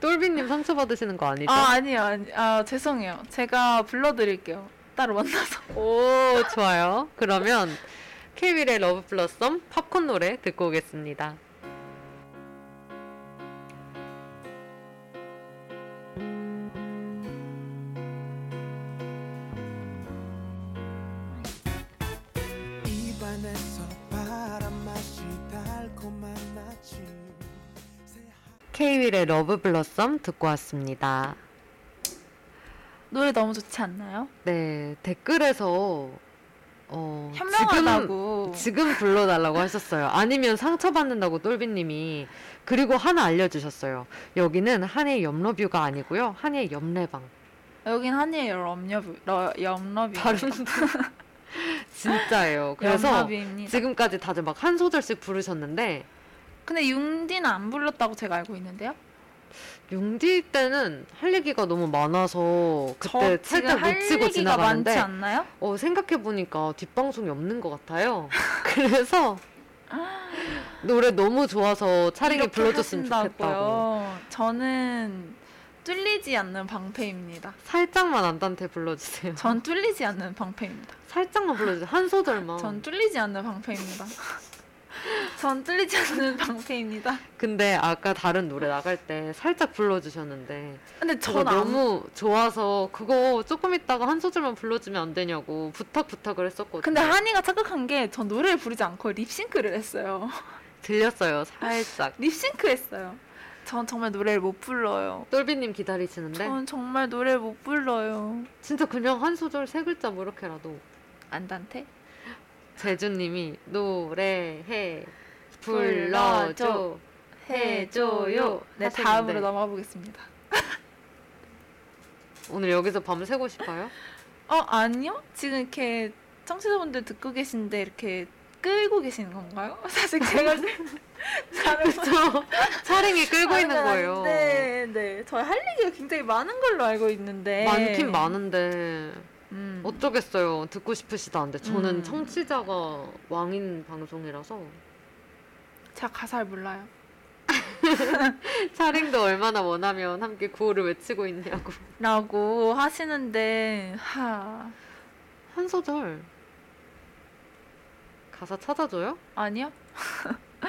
똘비님 상처받으시는 거 아니죠?
아 아니요 아니, 아 죄송해요. 제가 불러드릴게요. 따로 만나서.
오, 좋아요. 그러면 케이윌의 러브 플러썸 팝콘 노래 듣고 오겠습니다.
입안에서 바람 맛이 달콤한 아침 새하-
케이윌의 러브 블러썸 듣고 왔습니다.
노래 너무 좋지 않나요?
네, 댓글에서 어,
현명하다고.
지금, 지금 불러달라고 하셨어요. 아니면 상처받는다고 똘비님이. 그리고 하나 알려주셨어요. 여기는 한의 염러뷰가 아니고요. 한의 염래방.
여긴 한이의 염러뷰, 러, 염러뷰.
발음도 진짜예요. 그래서
염러뷰입니다.
지금까지 다들 막 한 소절씩 부르셨는데
근데 융디는 안 불렀다고 제가 알고 있는데요.
융디 때는 할 얘기가 너무 많아서 그때
저 지금
살짝
할
놓치고
얘기가 많지
지나가는데
않나요?
어, 생각해보니까 뒷방송이 없는 것 같아요. 그래서 노래 너무 좋아서 차리게
이렇게
불러줬으면 좋겠다고.
하신다고요. 저는 뚫리지 않는 방패입니다.
살짝만 안단테 불러주세요.
전 뚫리지 않는 방패입니다.
살짝만 불러주세요. 한 소절만.
전 뚫리지 않는 방패입니다. 전 뚫리지 않는 방패입니다.
근데 아까 다른 노래 나갈 때 살짝 불러주셨는데
근데
저거
전 아무
너무 좋아서 그거 조금 있다가 한 소절만 불러주면 안 되냐고 부탁 부탁을 했었거든요.
근데 한이가 착각한 게 전 노래를 부르지 않고 립싱크를 했어요.
들렸어요. 살짝.
립싱크 했어요. 전 정말 노래를 못 불러요.
똘비님 기다리시는데
전 정말 노래 못 불러요.
진짜 그냥 한 소절 세 글자 뭐 이렇게라도
안단테?
재준님이 노래해 불러줘 해줘요.
네,
하셨는데.
다음으로 넘어가 보겠습니다.
오늘 여기서 밤을 새고 싶어요?
어, 아니요? 지금 이렇게 청취자분들 듣고 계신데 이렇게 끌고 계시는 건가요? 사실 제가 다른 분-
저 차량이 끌고
아,
있는 거예요.
네, 네. 저희 할 얘기가 굉장히 많은 걸로 알고 있는데.
많긴 많은데
음.
어쩌겠어요. 듣고 싶으시다는데 저는
음.
청취자가 왕인 방송이라서
제가 가사를 몰라요.
차량도 얼마나 원하면 함께 구호를 외치고 있냐고
라고 하시는데, 하.
한 소절 가사 찾아줘요?
아니요?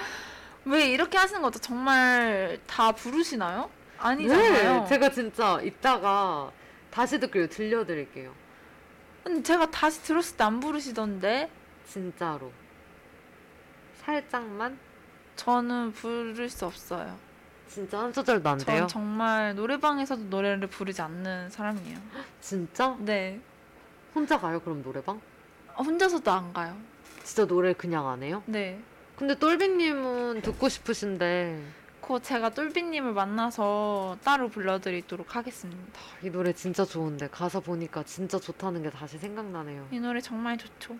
왜 이렇게 하시는 거죠? 정말 다 부르시나요? 아니잖아요.
네, 제가 진짜 이따가 다시 듣기로 들려드릴게요.
근데 제가 다시 들었을 때 안 부르시던데
진짜로. 살짝만?
저는 부를 수 없어요.
진짜 한 소절도 안 돼요?
전 정말 노래방에서도 노래를 부르지 않는 사람이에요.
진짜?
네.
혼자 가요, 그럼 노래방?
어, 혼자서도 안 가요.
진짜 노래 그냥 안 해요?
네.
근데 똘비님은 듣고 싶으신데
그 제가 똘비님을 만나서 따로 불러드리도록 하겠습니다.
이 노래 진짜 좋은데 가사 보니까 진짜 좋다는 게 다시 생각나네요.
이 노래 정말 좋죠.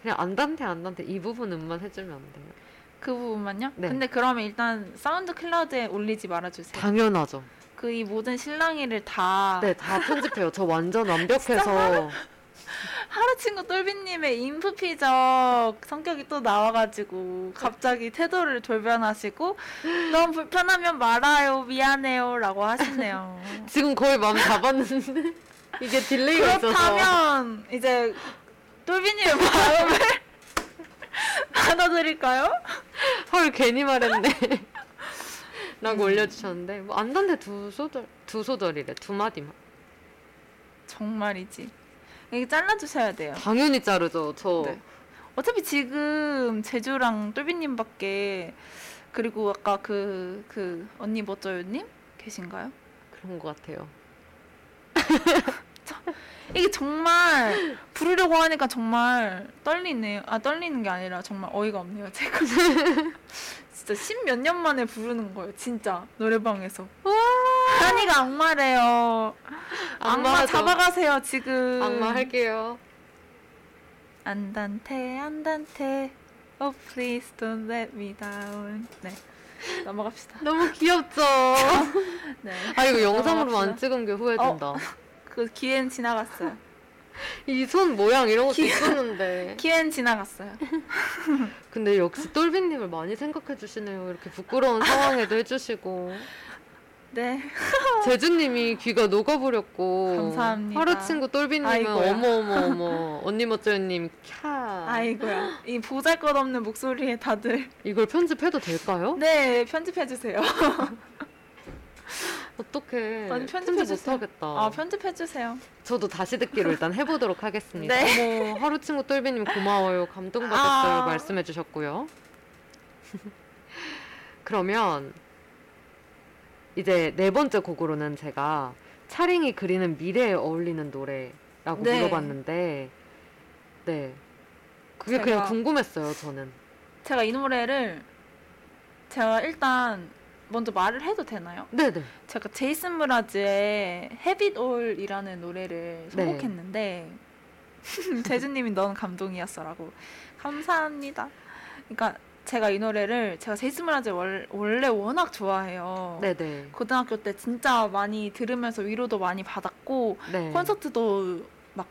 그냥 안단테 안단테 이 부분 음만 해주면 안 돼요?
그 부분만요?
네.
근데 그러면 일단 사운드 클라우드에 올리지 말아주세요.
당연하죠.
그 이 모든 실랑이를 다
네, 다 편집해요. 저 완전 완벽해서
하루친구 똘비님의 인프피적 성격이 또 나와가지고 갑자기 태도를 돌변하시고 너무 불편하면 말아요 미안해요라고 하시네요.
지금 거의 마음 잡았는데 이게 딜레이가 있어서
그렇다면 이제 똘비님의 마음을 받아들일까요?
헐 괜히 말했네. 라고 올려주셨는데 뭐 안단테 두 소절 두 소절이래 두 마디만
정말이지. 이게 잘라주셔야 돼요.
당연히 자르죠 저
네. 어차피 지금 제주랑 똘비님밖에 그리고 아까 그 그 언니 멋져요님 계신가요?
그런 것 같아요
이게 정말 부르려고 하니까 정말 떨리네요. 아 떨리는 게 아니라 정말 어이가 없네요. 제가 진짜 십몇 년 만에 부르는 거예요. 진짜 노래방에서. 하니가 악마래요. 악마,
악마죠.
잡아가세요 지금.
악마 할게요
안단테 안단테. Oh please don't let me down. 네 넘어갑시다.
너무 귀엽죠
네.
아 이거 영상으로
넘어갑시다.
안 찍은 게 후회된다
그 기회는 지나갔어요.
이 손 모양 이런 것도
귀-
있었는데
기회는 지나갔어요.
근데 역시 똘비님을 많이 생각해 주시네요 이렇게 부끄러운 상황에도 해주시고
네.
제주님이 귀가 녹아버렸고
감사합니다.
하루친구 똘비님은
아이고야.
어머 어머 어머 언니 멋져요님 캬
아이고야. 이 보잘것없는 목소리에 다들
이걸 편집해도 될까요?
네 편집해 주세요.
어떡해
아니,
편집
편집해주세요.
못하겠다
아 편집해 주세요.
저도 다시 듣기로 일단 해보도록 하겠습니다
네.
어머 하루친구 똘비님 고마워요 감동받았어요
아.
말씀해 주셨고요 그러면 이제 네 번째 곡으로는 제가 차링이 그리는 미래에 어울리는 노래라고
네.
물어봤는데 네 그게 그냥
제가-
궁금했어요 저는
제가 이 노래를 제가 일단 먼저 말을 해도 되나요?
네네
제가 제이슨 무라즈의 Have It All이라는 노래를
네.
선곡했는데 재준님이 넌 감동이었어라고 감사합니다. 그러니까 제가 이 노래를 제가 제이슨 무라즈 월, 원래 워낙 좋아해요.
어. 네네
고등학교 때 진짜 많이 들으면서 위로도 많이 받았고
네.
콘서트도 막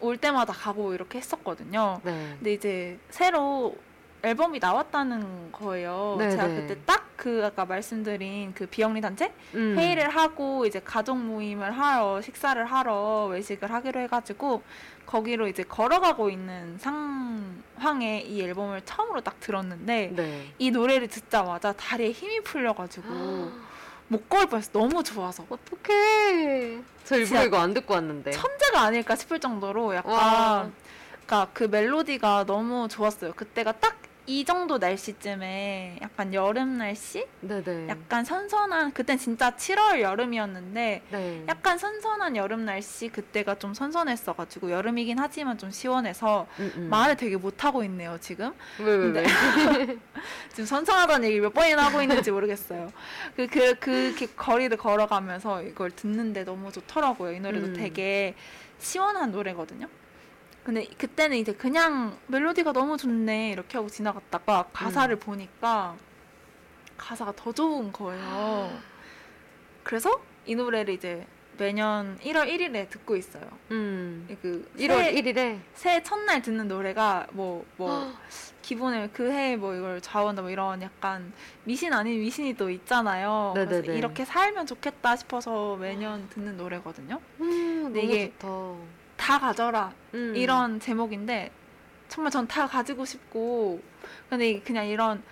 올 때마다 가고 이렇게 했었거든요.
네.
근데 이제 새로 앨범이 나왔다는 거예요.
네,
제가
네.
그때 딱 그 아까 말씀드린 그 비영리 단체
음.
회의를 하고 이제 가족 모임을 하러 식사를 하러 외식을 하기로 해가지고 거기로 이제 걸어가고 있는 상황에 이 앨범을 처음으로 딱 들었는데
네.
이 노래를 듣자마자 다리에 힘이 풀려가지고
아.
못 걸을 뻔했어. 너무 좋아서.
어떡해. 저 일부러
진짜-
이거 안 듣고 왔는데.
천재가 아닐까 싶을 정도로 약간
네. 와.
그러니까 그 멜로디가 너무 좋았어요. 그때가 딱 이 정도 날씨쯤에 약간 여름 날씨?
네네.
약간 선선한 그땐 진짜 7월 여름이었는데
네.
약간 선선한 여름 날씨 그때가 좀 선선했어가지고 여름이긴 하지만 좀 시원해서
음, 음.
말을 되게 못하고 있네요 지금
왜, 왜,
근데-
왜.
지금 선선하다는 얘기 몇 번이나 하고 있는지 모르겠어요 그, 그, 그 이렇게 거리를 걸어가면서 이걸 듣는데 너무 좋더라고요 이 노래도
음.
되게 시원한 노래거든요 근데 그때는 이제 그냥 멜로디가 너무 좋네 이렇게 하고 지나갔다가 가사를 보니까 가사가 더 좋은 거예요 그래서 이 노래를 이제 매년 1월 1일에 듣고 있어요
음.
그
1월
새해,
1일에
새해 첫날 듣는 노래가 뭐 뭐 기본을 그 해에 뭐 이걸 좌우한다 뭐 이런 약간 미신 아닌 미신이 또 있잖아요. 그래서
네네네.
이렇게 살면 좋겠다 싶어서 매년 듣는 노래거든요.
음, 너무
이게-
좋다.
다 가져라
음.
이런 제목인데 정말 전 다 가지고 싶고 근데 이- 그냥 이런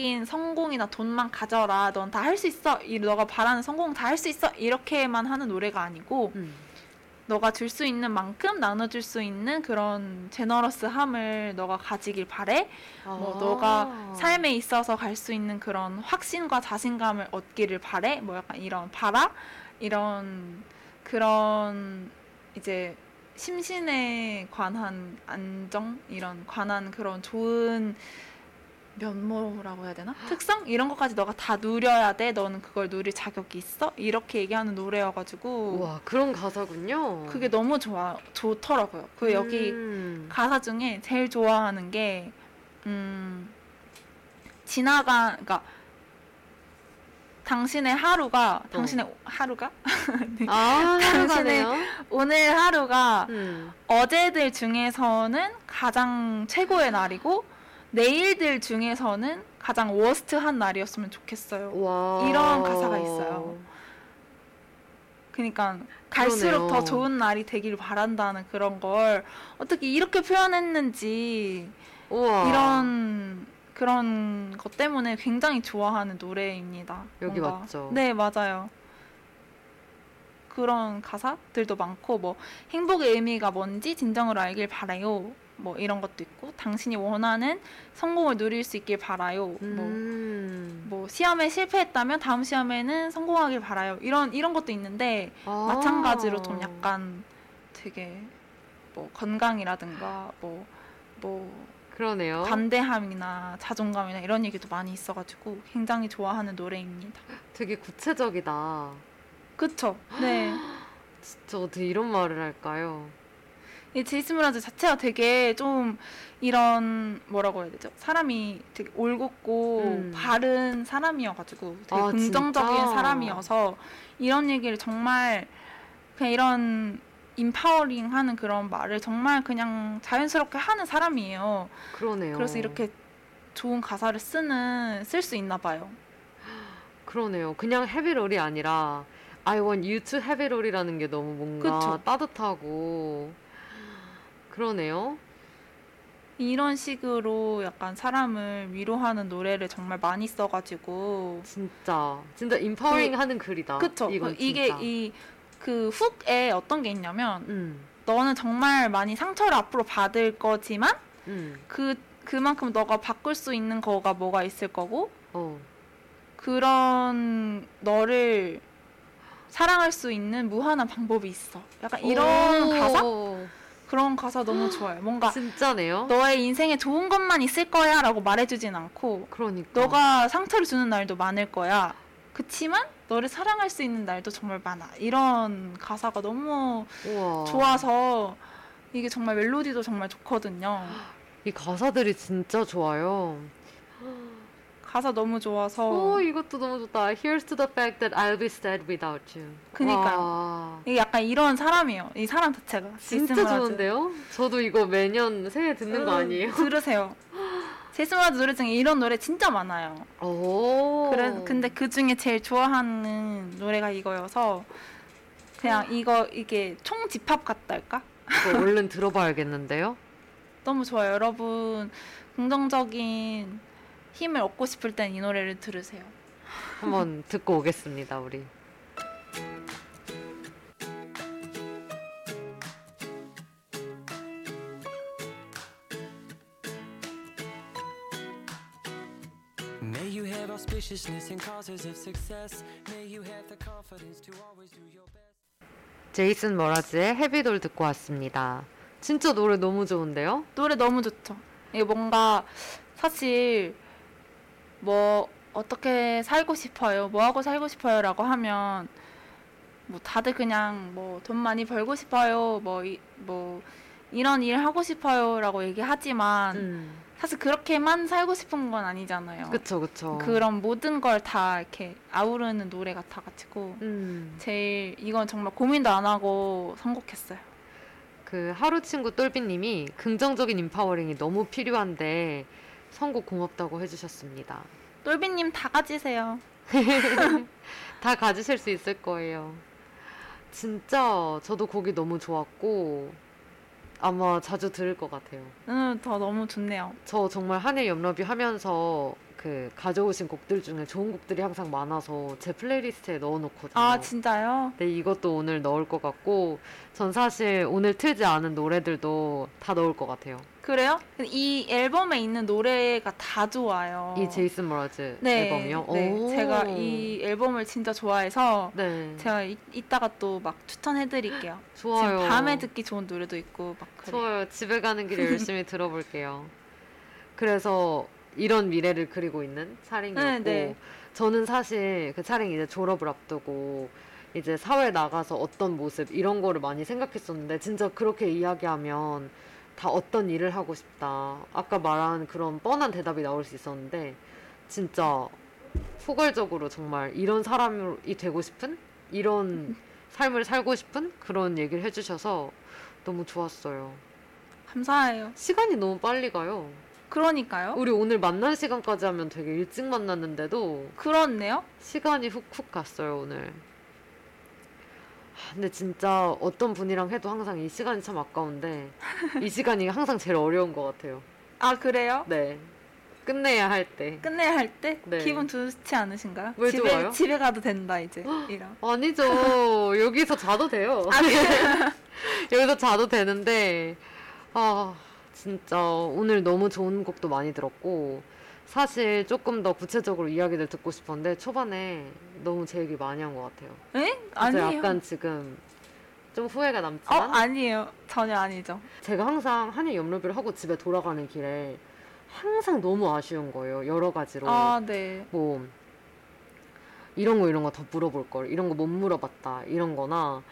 물질적인 성공이나 돈만 가져라 넌 다 할 수 있어 이 너가 바라는 성공 다 할 수 있어 이렇게만 하는 노래가 아니고
음.
너가 줄 수 있는 만큼 나눠줄 수 있는 그런 제너러스함을 너가 가지길 바래
아.
뭐 너가 삶에 있어서 갈 수 있는 그런 확신과 자신감을 얻기를 바래 뭐 약간 이런 바라 이런 그런 이제 심신에 관한 안정 이런 관한 그런 좋은 면모라고 해야 되나 특성 이런 것까지 너가 다 누려야 돼 너는 그걸 누릴 자격이 있어 이렇게 얘기하는 노래여가지고
와 그런 가사군요.
그게 너무 좋아 좋더라고요 그 여기
음.
가사 중에 제일 좋아하는 게, 음, 지나간, 그니까, 당신의 하루가,
어.
당신의 하루가?
아
당신의-
당신의
오늘 하루가
음.
어제들 중에서는 가장 최고의 날이고, 내일들 중에서는 가장 워스트한 날이었으면 좋겠어요.
와
이런 가사가 있어요. 그러니까 갈수록
그러네요.
더 좋은 날이 되길 바란다는 그런 걸 어떻게 이렇게 표현했는지
우와
이런 그런 것 때문에 굉장히 좋아하는 노래입니다.
여기
뭔가-
맞죠?
네, 맞아요. 그런 가사들도 많고 뭐 행복의 의미가 뭔지 진정으로 알길 바라요. 뭐 이런 것도 있고 당신이 원하는 성공을 누릴 수 있길 바라요.
음.
뭐, 뭐 시험에 실패했다면 다음 시험에는 성공하길 바라요. 이런 이런 것도 있는데
아.
뭐, 마찬가지로 좀 약간 되게 뭐 건강이라든가 뭐 뭐,
그러네요.
관대함이나 자존감이나 이런 얘기도 많이 있어가지고 굉장히 좋아하는 노래입니다.
되게 구체적이다.
그쵸? 네.
진짜 어떻게 이런 말을 할까요?
이 제이스 브라즈 자체가 되게 좀 이런 뭐라고 해야 되죠? 사람이 되게 올곧고
음.
바른 사람이어가지고 되게
아,
긍정적인
진짜?
사람이어서 이런 얘기를 정말 그냥 이런 인파워링하는 그런 말을 정말 그냥 자연스럽게 하는 사람이에요.
그러네요.
그래서 이렇게 좋은 가사를 쓰는 쓸 수 있나 봐요.
그러네요. 그냥 헤비롤이 아니라 I want you to 헤비롤이라는 게 너무 뭔가
그쵸.
따뜻하고 그러네요.
이런 식으로 약간 사람을 위로하는 노래를 정말 많이 써가지고
진짜 진짜 인파워링
그-
하는 글이다.
그쵸
아, 이건
이게
진짜.
이 그 훅에 어떤 게 있냐면
음.
너는 정말 많이 상처를 앞으로 받을 거지만
음.
그 그만큼 너가 바꿀 수 있는 거가 뭐가 있을 거고
어. 그런
그런 너를 사랑할 수 있는 무한한 방법이 있어 약간
오.
이런 가사 그런 가사 너무 좋아요 뭔가
진짜네요.
너의 인생에 좋은 것만 있을 거야라고 말해주진 않고
그러니까
너가 상처를 주는 날도 많을 거야. 그치만 너를 사랑할 수 있는 날도 정말 많아. 이런 가사가 너무
우와.
좋아서 이게 정말 멜로디도 정말 좋거든요.
이 가사들이 진짜 좋아요.
가사 너무
오
좋아서
이것도 너무 좋다. Here's to the fact that I'll be sad without you.
그니까요.
와.
이게 약간 이런 사람이에요. 이 사람 자체가
진짜
제이슨 브라즈.
좋은데요? 저도 이거 매년 새해 듣는 거
음,
아니에요?
들으세요. 제이슨 브라즈 노래 중에 이런 노래 진짜 많아요.
오.
그래 근데 그 중에 제일 좋아하는 노래가 이거여서 그냥
음.
이거 이게 총 집합 같달까?
그거 얼른 들어봐야겠는데요?
너무 좋아요. 여러분 긍정적인 힘을 얻고 싶을 땐 이 노래를 들으세요.
한번 듣고 오겠습니다, 우리.
May you have auspiciousness and causes of success. May you have the confidence to always do your best.
제이슨 머라즈의 헤비돌 듣고 왔습니다. 진짜 노래 너무 좋은데요?
노래 너무 좋죠. 이게 뭔가 사실 뭐 어떻게 살고 싶어요, 뭐 하고 살고 싶어요라고 하면 뭐 다들 그냥 뭐 돈 많이 벌고 싶어요, 뭐 이 뭐 이런 일 하고 싶어요라고 얘기하지만
음.
사실 그렇게만 살고 싶은 건 아니잖아요.
그쵸, 그쵸.
그런 모든 걸 다 이렇게 아우르는 노래 같아가지고
음.
제일 이건 정말 고민도 안 하고 선곡했어요.
그 하루 친구 똘비님이 긍정적인 인파워링이 너무 필요한데 선곡 고맙다고 해주셨습니다.
똘비님 다 가지세요.
다 가지실 수 있을 거예요. 진짜 저도 곡이 너무 좋았고 아마 자주 들을 것 같아요.
음, 더 너무 좋네요.
저 정말 한일 염러비 하면서 그 가져오신 곡들 중에 좋은 곡들이 항상 많아서 제 플레이리스트에 넣어놓거든요.
아 진짜요?
네, 이것도 오늘 넣을 것 같고, 전 사실 오늘 틀지 않은 노래들도 다 넣을 것 같아요.
그래요? 이 앨범에 있는 노래가 다 좋아요.
이 제이슨 머라즈
어. 네,
앨범이요. 오.
네, 제가 이 앨범을 진짜 좋아해서
네,
제가 이, 이따가 또 막 추천해드릴게요.
좋아요.
지금 밤에 듣기 좋은 노래도 있고 막 그래.
좋아요. 집에 가는 길에 열심히 들어볼게요. 그래서 이런 미래를 그리고 있는 차링이었고
네, 네.
저는 사실 그 차링 이제 졸업을 앞두고 이제 사회 나가서 어떤 모습 이런 거를 많이 생각했었는데 진짜 그렇게 이야기하면 다 어떤 일을 하고 싶다. 아까 말한 그런 뻔한 대답이 나올 수 있었는데 진짜 포괄적으로 정말 이런 사람이 되고 싶은 이런 삶을 살고 싶은 그런 얘기를 해주셔서 너무 좋았어요.
감사해요.
시간이 너무 빨리 가요.
그러니까요.
우리 오늘 만날 시간까지 하면 되게 일찍 만났는데도
그렇네요.
시간이 훅훅 갔어요, 오늘. 아, 근데 진짜 어떤 분이랑 해도 항상 이 시간이 참 아까운데 이 시간이 항상 제일 어려운 것 같아요.
아 그래요?
네. 끝내야 할 때.
끝내야 할 때
네.
기분 좋지 않으신가요?
왜
집에
좋아요?
집에 가도 된다 이제 이런.
아니죠. 여기서 자도 돼요.
아, 네.
여기서 자도 되는데, 아, 진짜 오늘 너무 좋은 곡도 많이 들었고, 사실 조금 더 구체적으로 이야기를 듣고 싶었는데, 초반에 너무 제 얘기 많이 한 것 같아요.
에?
그래서
아니에요.
약간 지금 좀 후회가
어
남지만,
아니에요. 전혀 아니죠.
제가 항상 한일 염로비를 하고 집에 돌아가는 길에 항상 너무 아쉬운 거예요. 여러 가지로.
아 네.
뭐 이런 거 이런 거 더 물어볼 걸 이런 거 못 물어봤다 이런 거나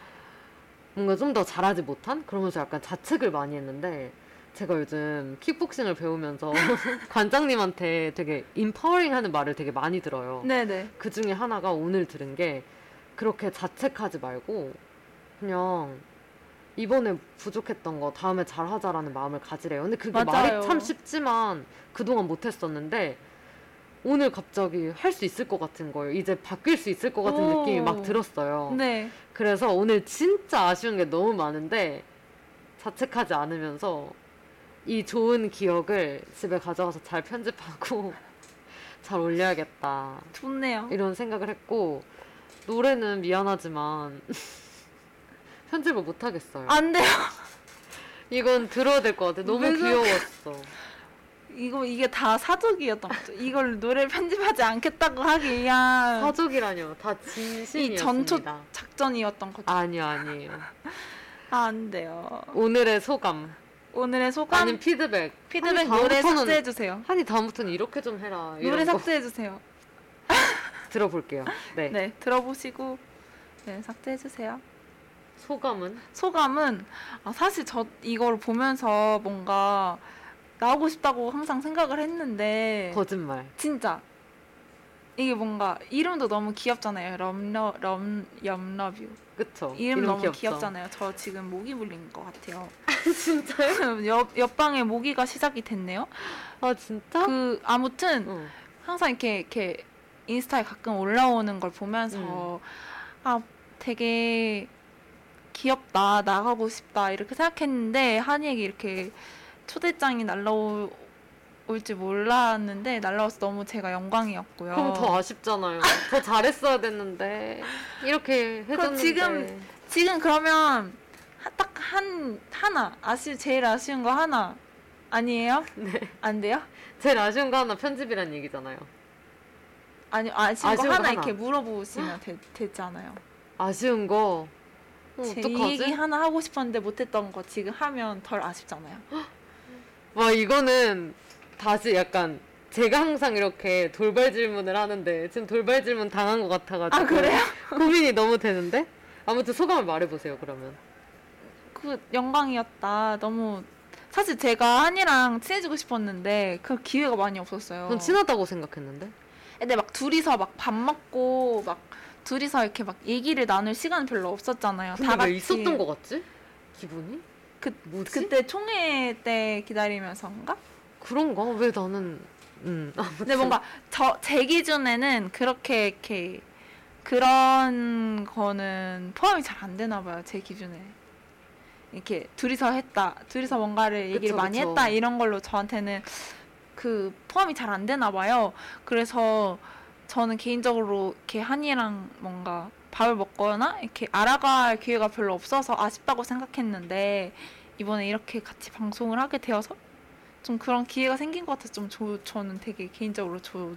뭔가 좀 더 잘하지 못한 그러면서 약간 자책을 많이 했는데 제가 요즘 킥복싱을 배우면서 관장님한테 되게 인파워링 하는 말을 되게 많이 들어요.
네네.
그 중에 하나가 오늘 들은 게 그렇게 자책하지 말고 그냥 이번에 부족했던 거 다음에 잘하자라는 마음을 가지래요. 근데 그게
맞아요.
말이 참 쉽지만 그동안 못했었는데 오늘 갑자기 할 수 있을 것 같은 거예요. 이제 바뀔 수 있을 것 같은
오.
느낌이 막 들었어요.
네.
그래서 오늘 진짜 아쉬운 게 너무 많은데 자책하지 않으면서 이 좋은 기억을 집에 가져가서 잘 편집하고 잘 올려야겠다.
좋네요.
이런 생각을 했고 노래는 미안하지만 편집을 못 하겠어요.
안 돼요.
이건 들어야 될 것 같아. 너무
아. 무슨-
귀여웠어.
이거 이게 다 사족이었던 거죠. 이걸 노래 편집하지 않겠다고 하기 위한
사족이라뇨. 다
이 전초
진심이었습니다.
작전이었던 거죠.
아니요, 아니에요.
아, 안 돼요.
오늘의 소감,
오늘의 소감
아니 피드백.
피드백
아니,
노래
다음부터는-
삭제해 주세요.
한이 다음부터는 이렇게 좀 해라. 이런
노래
거
삭제해 주세요.
들어볼게요. 네.
네, 들어보시고 네, 삭제해 주세요.
소감은
소감은 아, 사실 저 이걸 보면서 뭔가 나오고 싶다고 항상 생각을 했는데
거짓말.
진짜 이게 뭔가 이름도 너무 귀엽잖아요. 럼러 럼 염러뷰
그쵸?
이름 너무
어, 귀엽죠?
귀엽잖아요. 저 지금 모기 물린 것 같아요.
진짜요?
옆 옆방에 모기가 시작이 됐네요.
아 진짜?
그 아무튼
응.
항상 이렇게 이렇게 인스타에 가끔 올라오는 걸 보면서
음.
아 되게 귀엽다 나가고 싶다 이렇게 생각했는데 한이에게 이렇게 초대장이 날라올지 몰랐는데 날라와서 너무 제가 영광이었고요.
그럼 더 아쉽잖아요. 더 잘했어야 됐는데 이렇게 해줬는데.
지금 지금 그러면 딱 한 하나 아쉬 제일 아쉬운 거 하나 아니에요?
네.
안 돼요?
제일 아쉬운 거 하나 편집이란 얘기잖아요.
아니 아쉬운 거
아쉬운 거
하나,
하나.
이렇게 물어보시면 되, 되잖아요.
아쉬운 거. 어,
제 얘기
어떡하지?
하나 하고 싶었는데 못했던 거 지금 하면 덜 아쉽잖아요.
와 이거는 다시 약간 제가 항상 이렇게 돌발 질문을 하는데 지금 돌발 질문 당한 것 같아가지고
아 그래요?
고민이 너무 되는데 아무튼 소감을 말해보세요 그러면
그 영광이었다. 너무 사실 제가 한이랑 친해지고 싶었는데 그 기회가 많이 없었어요.
전 친하다고 생각했는데
근데 막 둘이서 막 밥 먹고 막 둘이서 이렇게 막 얘기를 나눌 시간 별로 없었잖아요.
근데
다
왜
같이
있었던 것 같지? 기분이?
그-
뭐지?
그때 총회 때 기다리면서인가?
아, 그런가? 왜 나는 음
근데 뭔가 저 제 기준에는 그렇게 이렇게 그런 거는 포함이 잘 안 되나 봐요 제 기준에 이렇게 둘이서 했다, 둘이서 뭔가를 얘기를
그쵸,
많이
그쵸.
했다 이런 걸로 저한테는 그 포함이 잘 안 되나 봐요. 그래서 저는 개인적으로 이렇게 한이랑 뭔가 밥을 먹거나 이렇게 알아갈 기회가 별로 없어서 아쉽다고 생각했는데 이번에 이렇게 같이 방송을 하게 되어서 좀 그런 기회가 생긴 것 같아서 좀 좋- 저는 되게 개인적으로 좋.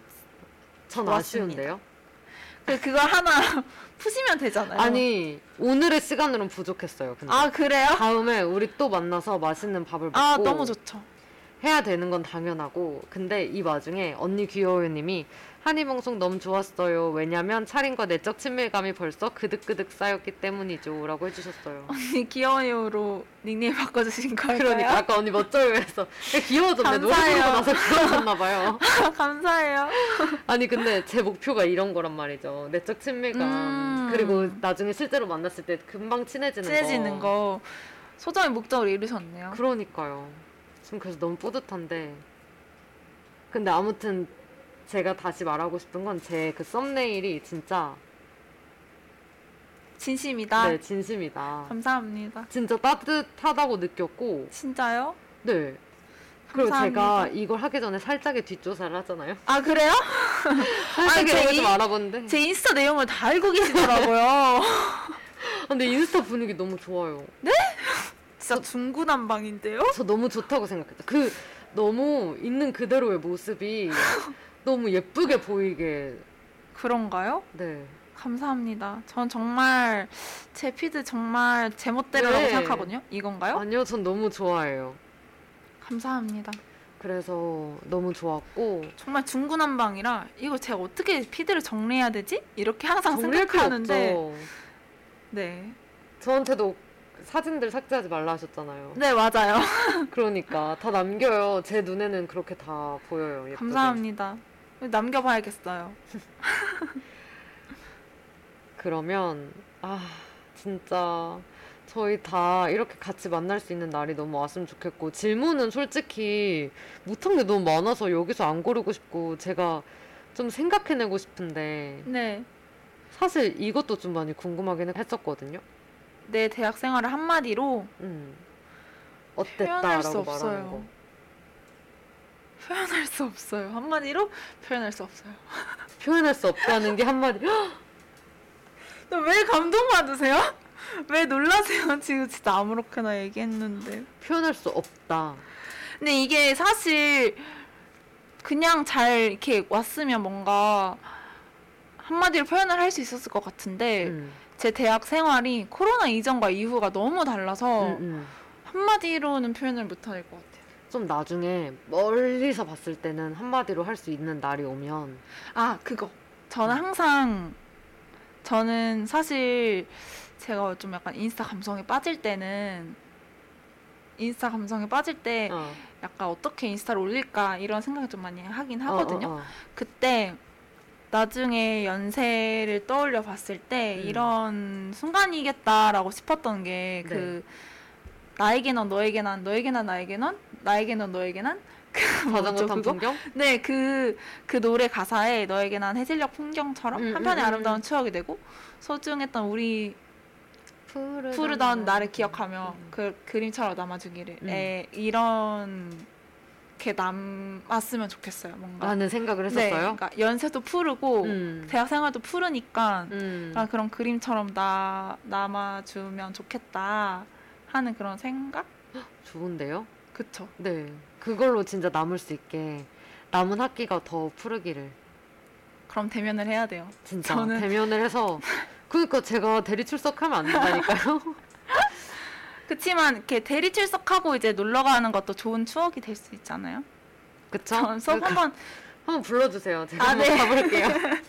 전
맞습니다.
아쉬운데요.
그 그거 하나 푸시면 되잖아요.
아니 오늘의 시간으로는 부족했어요. 근데
아 그래요?
다음에 우리 또 만나서 맛있는 밥을 먹고
아 너무 좋죠.
해야 되는 건 당연하고 근데 이 와중에 언니 귀여워요님이 한이 방송 너무 좋았어요. 왜냐면 차림과 내적 친밀감이 벌써 그득그득 쌓였기 때문이죠라고 해주셨어요.
언니 귀여워요로 닉네임 바꿔주신 거예요.
그러니까 아까 언니 멋져요 해서 귀여워졌네 노래
감사해요.
부르고 나서 귀여워졌나 봐요.
감사해요.
네, 아니 근데 제 목표가 이런 거란 말이죠. 내적 친밀감
음.
그리고 나중에 실제로 만났을 때 금방 친해지는 거.
친해지는 거 소정의 목적을 이루셨네요.
네. 어. 그러니까요. 지금 그래서 너무 뿌듯한데. 근데 아무튼 제가 다시 말하고 싶은 건 제 그 썸네일이 진짜
진심이다.
네 진심이다.
감사합니다.
진짜 따뜻하다고 느꼈고
진짜요?
네. 그리고 제가
감사합니다.
이걸 하기 전에 살짝의 뒷조사를 하잖아요.
아 그래요?
살짝의
아, 제
내용을 좀
이-
알아보는데
제 인스타 내용을 다 알고 계시더라고요.
아, 근데 인스타 분위기 너무 좋아요.
진짜 중구난방인데요?
저 너무 좋다고 생각했다. 그 너무 있는 그대로의 모습이 너무 예쁘게 보이게
그런가요?
네.
감사합니다. 전 정말 제 피드 정말 제 멋대로라고
네.
생각하거든요. 이건가요?
아니요, 전 너무 좋아해요.
감사합니다.
그래서 너무 좋았고
정말 중구난방이라 이거 제가 어떻게 피드를 정리해야 되지? 이렇게 항상
정리할 필요
생각하는데
없죠.
네.
저한테도 사진들 삭제하지 말라 하셨잖아요.
네, 맞아요.
그러니까 다 남겨요. 제 눈에는 그렇게 다 보여요. 예쁘게.
감사합니다. 남겨 봐야겠어요.
그러면 아 진짜 저희 다 이렇게 같이 만날 수 있는 날이 너무 왔으면 좋겠고 질문은 솔직히 못한 게 너무 많아서 여기서 안 고르고 싶고 제가 좀 생각해내고 싶은데
네.
사실 이것도 좀 많이 궁금하긴 했었거든요.
내 대학 생활을 한마디로
음
표현할 수
어땠다라고 말하는 거.
없어요. 표현할 수 없어요. 한마디로 표현할 수 없어요.
표현할 수 없다는 게 한마디.
너 왜 감동받으세요? 왜 놀라세요? 지금 진짜 아무렇게나 얘기했는데.
표현할 수 없다.
근데 이게 사실 그냥 잘 이렇게 왔으면 뭔가 한마디로 표현을 할 수 있었을 것 같은데
음,
제 대학 생활이 코로나 이전과 이후가 너무 달라서
음, 음.
한마디로는 표현을 못할 것 같아요.
좀 나중에 멀리서 봤을 때는 한마디로 할 수 있는 날이 오면
아 그거 저는 항상 저는 사실 제가 좀 약간 인스타 감성에 빠질 때는 인스타 감성에 빠질 때
어,
약간 어떻게 인스타를 올릴까 이런 생각을 좀 많이 하긴
어, 어,
하거든요
어.
그때 나중에 연세를 떠올려 봤을 때
음.
이런 순간이겠다라고 싶었던 게
네.
그 나에게 넌 너에게 난 너에게 난 나에게 넌 나에게 넌 너에게 난 그
자전거
뭐죠,
탄
그거?
풍경?
네, 그, 그 노래 가사에 너에게 난 해질녘 풍경처럼
음,
한편의
음,
아름다운
음.
추억이 되고 소중했던 우리
푸르던,
푸르던 나를 기억하며
음.
그 그림처럼 남아주기를
음.
에, 이런 게 남았으면 좋겠어요 뭔가
라는 생각을
네,
했었어요.
그러니까 연세도 푸르고
음.
대학생활도 푸르니까
음.
아, 그런 그림처럼 나 남아주면 좋겠다 하는 그런 생각
좋은데요?
그쵸
네. 그걸로 진짜 남을 수 있게 남은 학기가 더 푸르기를
그럼 대면을 해야 돼요
진짜
저는-
대면을 해서 그러니까 제가 대리 출석하면 안 된다니까요.
그치만 이렇게 대리 출석하고 이제 놀러 가는 것도 좋은 추억이 될 수 있잖아요.
그쵸?
전 수업
어? 그러니까
한번
한번 불러주세요. 제가
아,
한번
네.
가볼게요.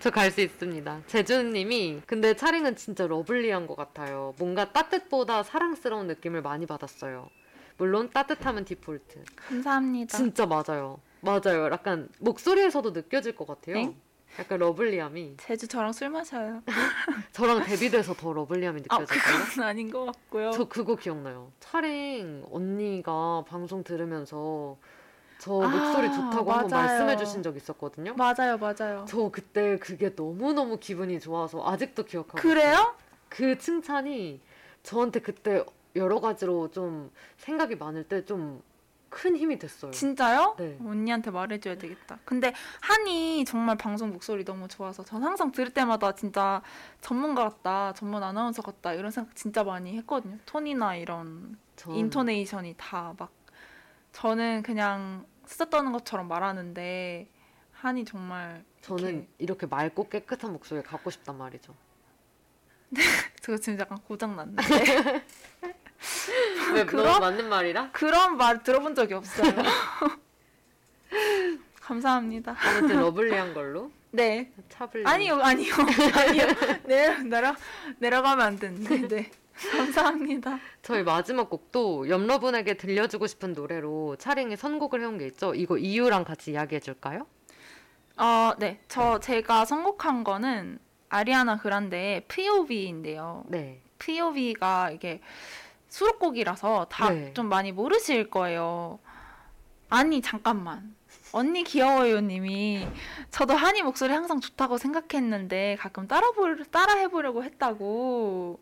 저 갈 수 있습니다. 재준님이 근데 차링은 진짜 러블리한 것 같아요. 뭔가 따뜻보다 사랑스러운 느낌을 많이 받았어요. 물론 따뜻함은 디폴트.
감사합니다.
진짜 맞아요. 맞아요. 약간 목소리에서도 느껴질 것 같아요.
네?
약간 러블리함이
제주 저랑 술 마셔요.
저랑 데뷔돼서 더 러블리함이
아
느껴졌어요.
그건 아닌 것 같고요.
저 그거 기억나요. 차링 언니가 방송 들으면서 저
아,
목소리 좋다고 한번
맞아요.
말씀해 주신 적 있었거든요.
맞아요, 맞아요.
어. 저 그때 그게 너무너무 기분이 좋아서 아직도 기억하고 있어요.
그래요?
그 칭찬이 저한테 그때 여러 가지로 좀 생각이 많을 때 좀 큰 힘이 됐어요.
진짜요?
네.
언니한테 말해줘야 되겠다. 근데 한이 정말 방송 목소리 너무 좋아서 전 항상 들을 때마다 진짜 전문가 같다, 전문 아나운서 같다 이런 생각 진짜 많이 했거든요. 톤이나 이런
전-
인토네이션이 다 막 저는 그냥 수다 떠는 것처럼 말하는데 한이 정말
저는
이렇게.
이렇게 맑고 깨끗한 목소리를 갖고 싶단 말이죠.
제가 지금 약간 고장 났네.
왜
그럼?
너무 맞는 말이라?
그런 말 들어본 적이 없어요. 감사합니다.
아무튼 러블리한 걸로
네,
차블리.
아니요, 아니요, 아니요. 내려 내려 내려가면 안 되는데. 네. 감사합니다.
저희 마지막 곡도 염러분에게 들려주고 싶은 노래로 차링이 선곡을 해온 게 있죠. 이거 이유랑 같이 이야기해 줄까요?
어, 네. 저 제가 선곡한 거는 아리아나 그란데의 POV인데요.
네.
POV가 이게 수록곡이라서 다
네.
좀 많이 모르실 거예요. 아니 잠깐만. 언니 귀여워요 님이 저도 한이 목소리 항상 좋다고 생각했는데 가끔 따라 보 따라 해보려고 했다고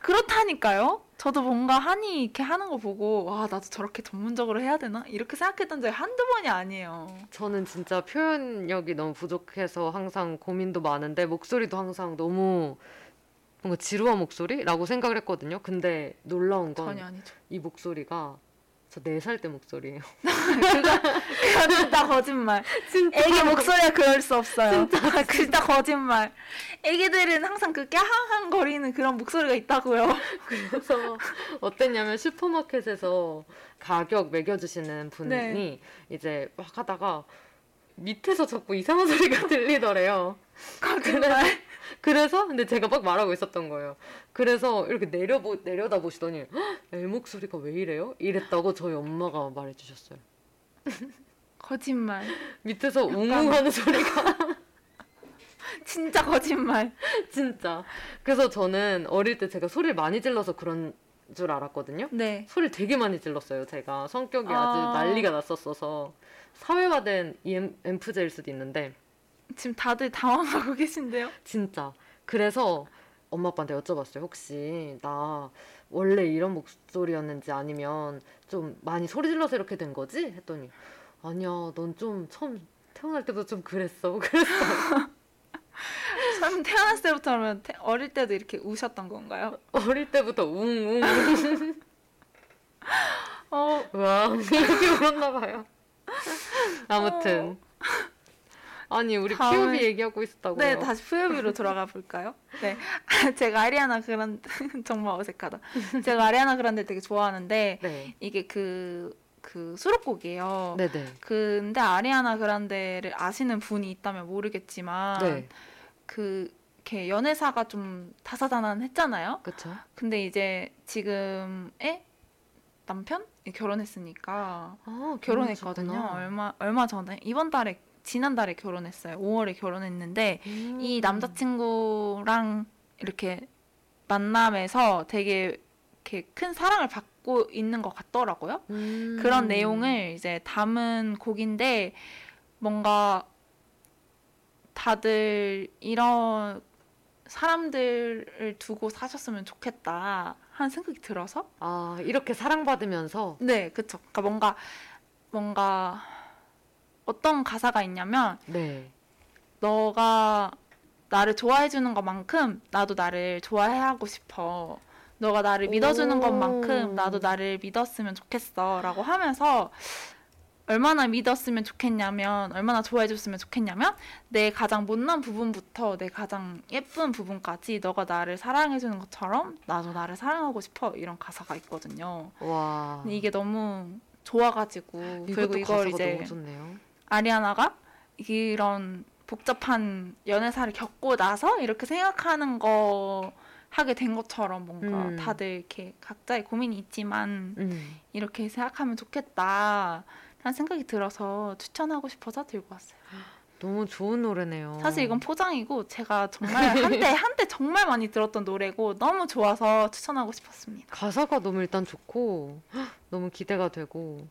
그렇다니까요. 저도 뭔가 한이 이렇게 하는 거 보고 와 나도 저렇게 전문적으로 해야 되나 이렇게 생각했던 적이 한두 번이 아니에요.
저는 진짜 표현력이 너무 부족해서 항상 고민도 많은데 목소리도 항상 너무 뭔가 지루한 목소리라고 생각을 했거든요. 근데 놀라운 건
전혀
이
아니죠.
목소리가 저 네 살 때 목소리예요.
그건 진짜 거짓말.
진짜
애기 목소리가 그럴 수 없어요. 진짜, 거짓말. 애기들은 항상 그 깨항항 거리는 그런 목소리가 있다고요.
그래서 어땠냐면 슈퍼마켓에서 가격 매겨주시는 분이
네.
이제 막 하다가 밑에서 자꾸 이상한 소리가 들리더래요.
거짓말.
그래서 근데 제가 막 말하고 있었던 거예요. 그래서 이렇게 내려보 내려다 보시더니 "헉, 애 목소리가 왜 이래요? 이랬다고 저희 엄마가 말해주셨어요.
거짓말.
밑에서 웅웅하는 소리가
진짜 거짓말.
진짜. 그래서 저는 어릴 때 제가 소리를 많이 질러서 그런 줄 알았거든요.
네.
소리를 되게 많이 질렀어요. 제가 성격이
아.
아주 난리가 났었어서 사회화된 EMFJ일 수도 있는데
지금 다들 당황하고 계신데요.
진짜 그래서 엄마 아빠한테 여쭤봤어요. 혹시 나 원래 이런 목소리였는지 아니면 좀 많이 소리 질러서 이렇게 된 거지? 했더니 아니야, 넌 좀 처음 태어날 때부터 좀 그랬어. 그래서
그럼 태어났을 때부터 하면 태- 어릴 때도 이렇게 우셨던 건가요?
어릴 때부터 웅웅
어,
와 이렇게 울었나 봐요. 아무튼 아니 우리
다음에-
POB 얘기하고 있었다고요.
네, 다시 푸요비로 돌아가 볼까요? 네. 제가 아리아나 그란데 정말 어색하다. 제가 아리아나 그란데 되게 좋아하는데
네.
이게 그, 그 수록곡이에요.
네네.
근데 아리아나 그란데를 아시는 분이 있다면 모르겠지만
네.
그 이렇게 연애사가 좀 다사다난했잖아요.
그쵸.
근데 이제 지금의 남편 이 결혼했으니까
아,
결혼했거든요.
결혼하셨구나.
얼마 얼마 전에 이번 달에 지난달에 결혼했어요. 5월에 결혼했는데
음.
이 남자친구랑 이렇게 만남에서 되게 이렇게 큰 사랑을 받고 있는 것 같더라고요.
음.
그런 내용을 이제 담은 곡인데 뭔가 다들 이런 사람들을 두고 사셨으면 좋겠다 하는 생각이 들어서
아 이렇게 사랑받으면서
네 그쵸 그러니까 뭔가 뭔가 어떤 가사가 있냐면
네.
너가 나를 좋아해 주는 것만큼 나도 나를 좋아해 하고 싶어 너가 나를 믿어주는
오.
것만큼 나도 나를 믿었으면 좋겠어라고 하면서 얼마나 믿었으면 좋겠냐면 얼마나 좋아해 줬으면 좋겠냐면 내 가장 못난 부분부터 내 가장 예쁜 부분까지 너가 나를 사랑해 주는 것처럼 나도 나를 사랑하고 싶어 이런 가사가 있거든요.
와.
근데 이게 너무 좋아가지고 그리고 이걸
아. 가사가
이제
너무 좋네요.
아리아나가 이런 복잡한 연애사를 겪고 나서 이렇게 생각하는 거 하게 된 것처럼 뭔가
음.
다들 이렇게 각자의 고민이 있지만
음.
이렇게 생각하면 좋겠다 라는 생각이 들어서 추천하고 싶어서 들고 왔어요.
너무 좋은 노래네요.
사실 이건 포장이고 제가 정말 한때 한때 정말 많이 들었던 노래고 너무 좋아서 추천하고 싶었습니다.
가사가 너무 일단 좋고 헉, 너무 기대가 되고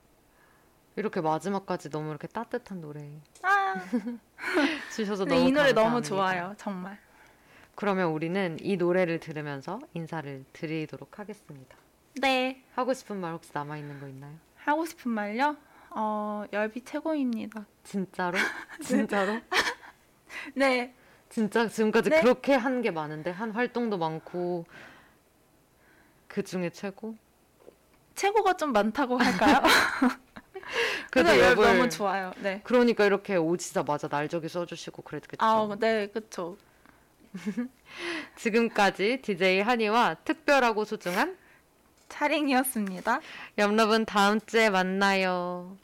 이렇게 마지막까지 너무 이렇게 따뜻한 노래
아,
주셔서
근데
너무
이 노래 너무
감사합니다.
좋아요. 정말.
그러면 우리는 이 노래를 들으면서 인사를 드리도록 하겠습니다.
네.
하고 싶은 말 혹시 남아 있는 거 있나요?
하고 싶은 말요? 어, 열비 최고입니다.
진짜로? 진짜로?
네.
진짜 지금까지
네.
그렇게 한 게 많은데 한 활동도 많고 그 중에 최고?
최고가 좀 많다고 할까요?
그래도
그래서 열
랩을-
너무 좋아요. 네.
그러니까 이렇게 오시자마자 날저기 써주시고 그랬겠죠.
아, 네, 그쵸.
지금까지 DJ 한이와 특별하고 소중한
차링이었습니다.
여러분 다음 주에 만나요.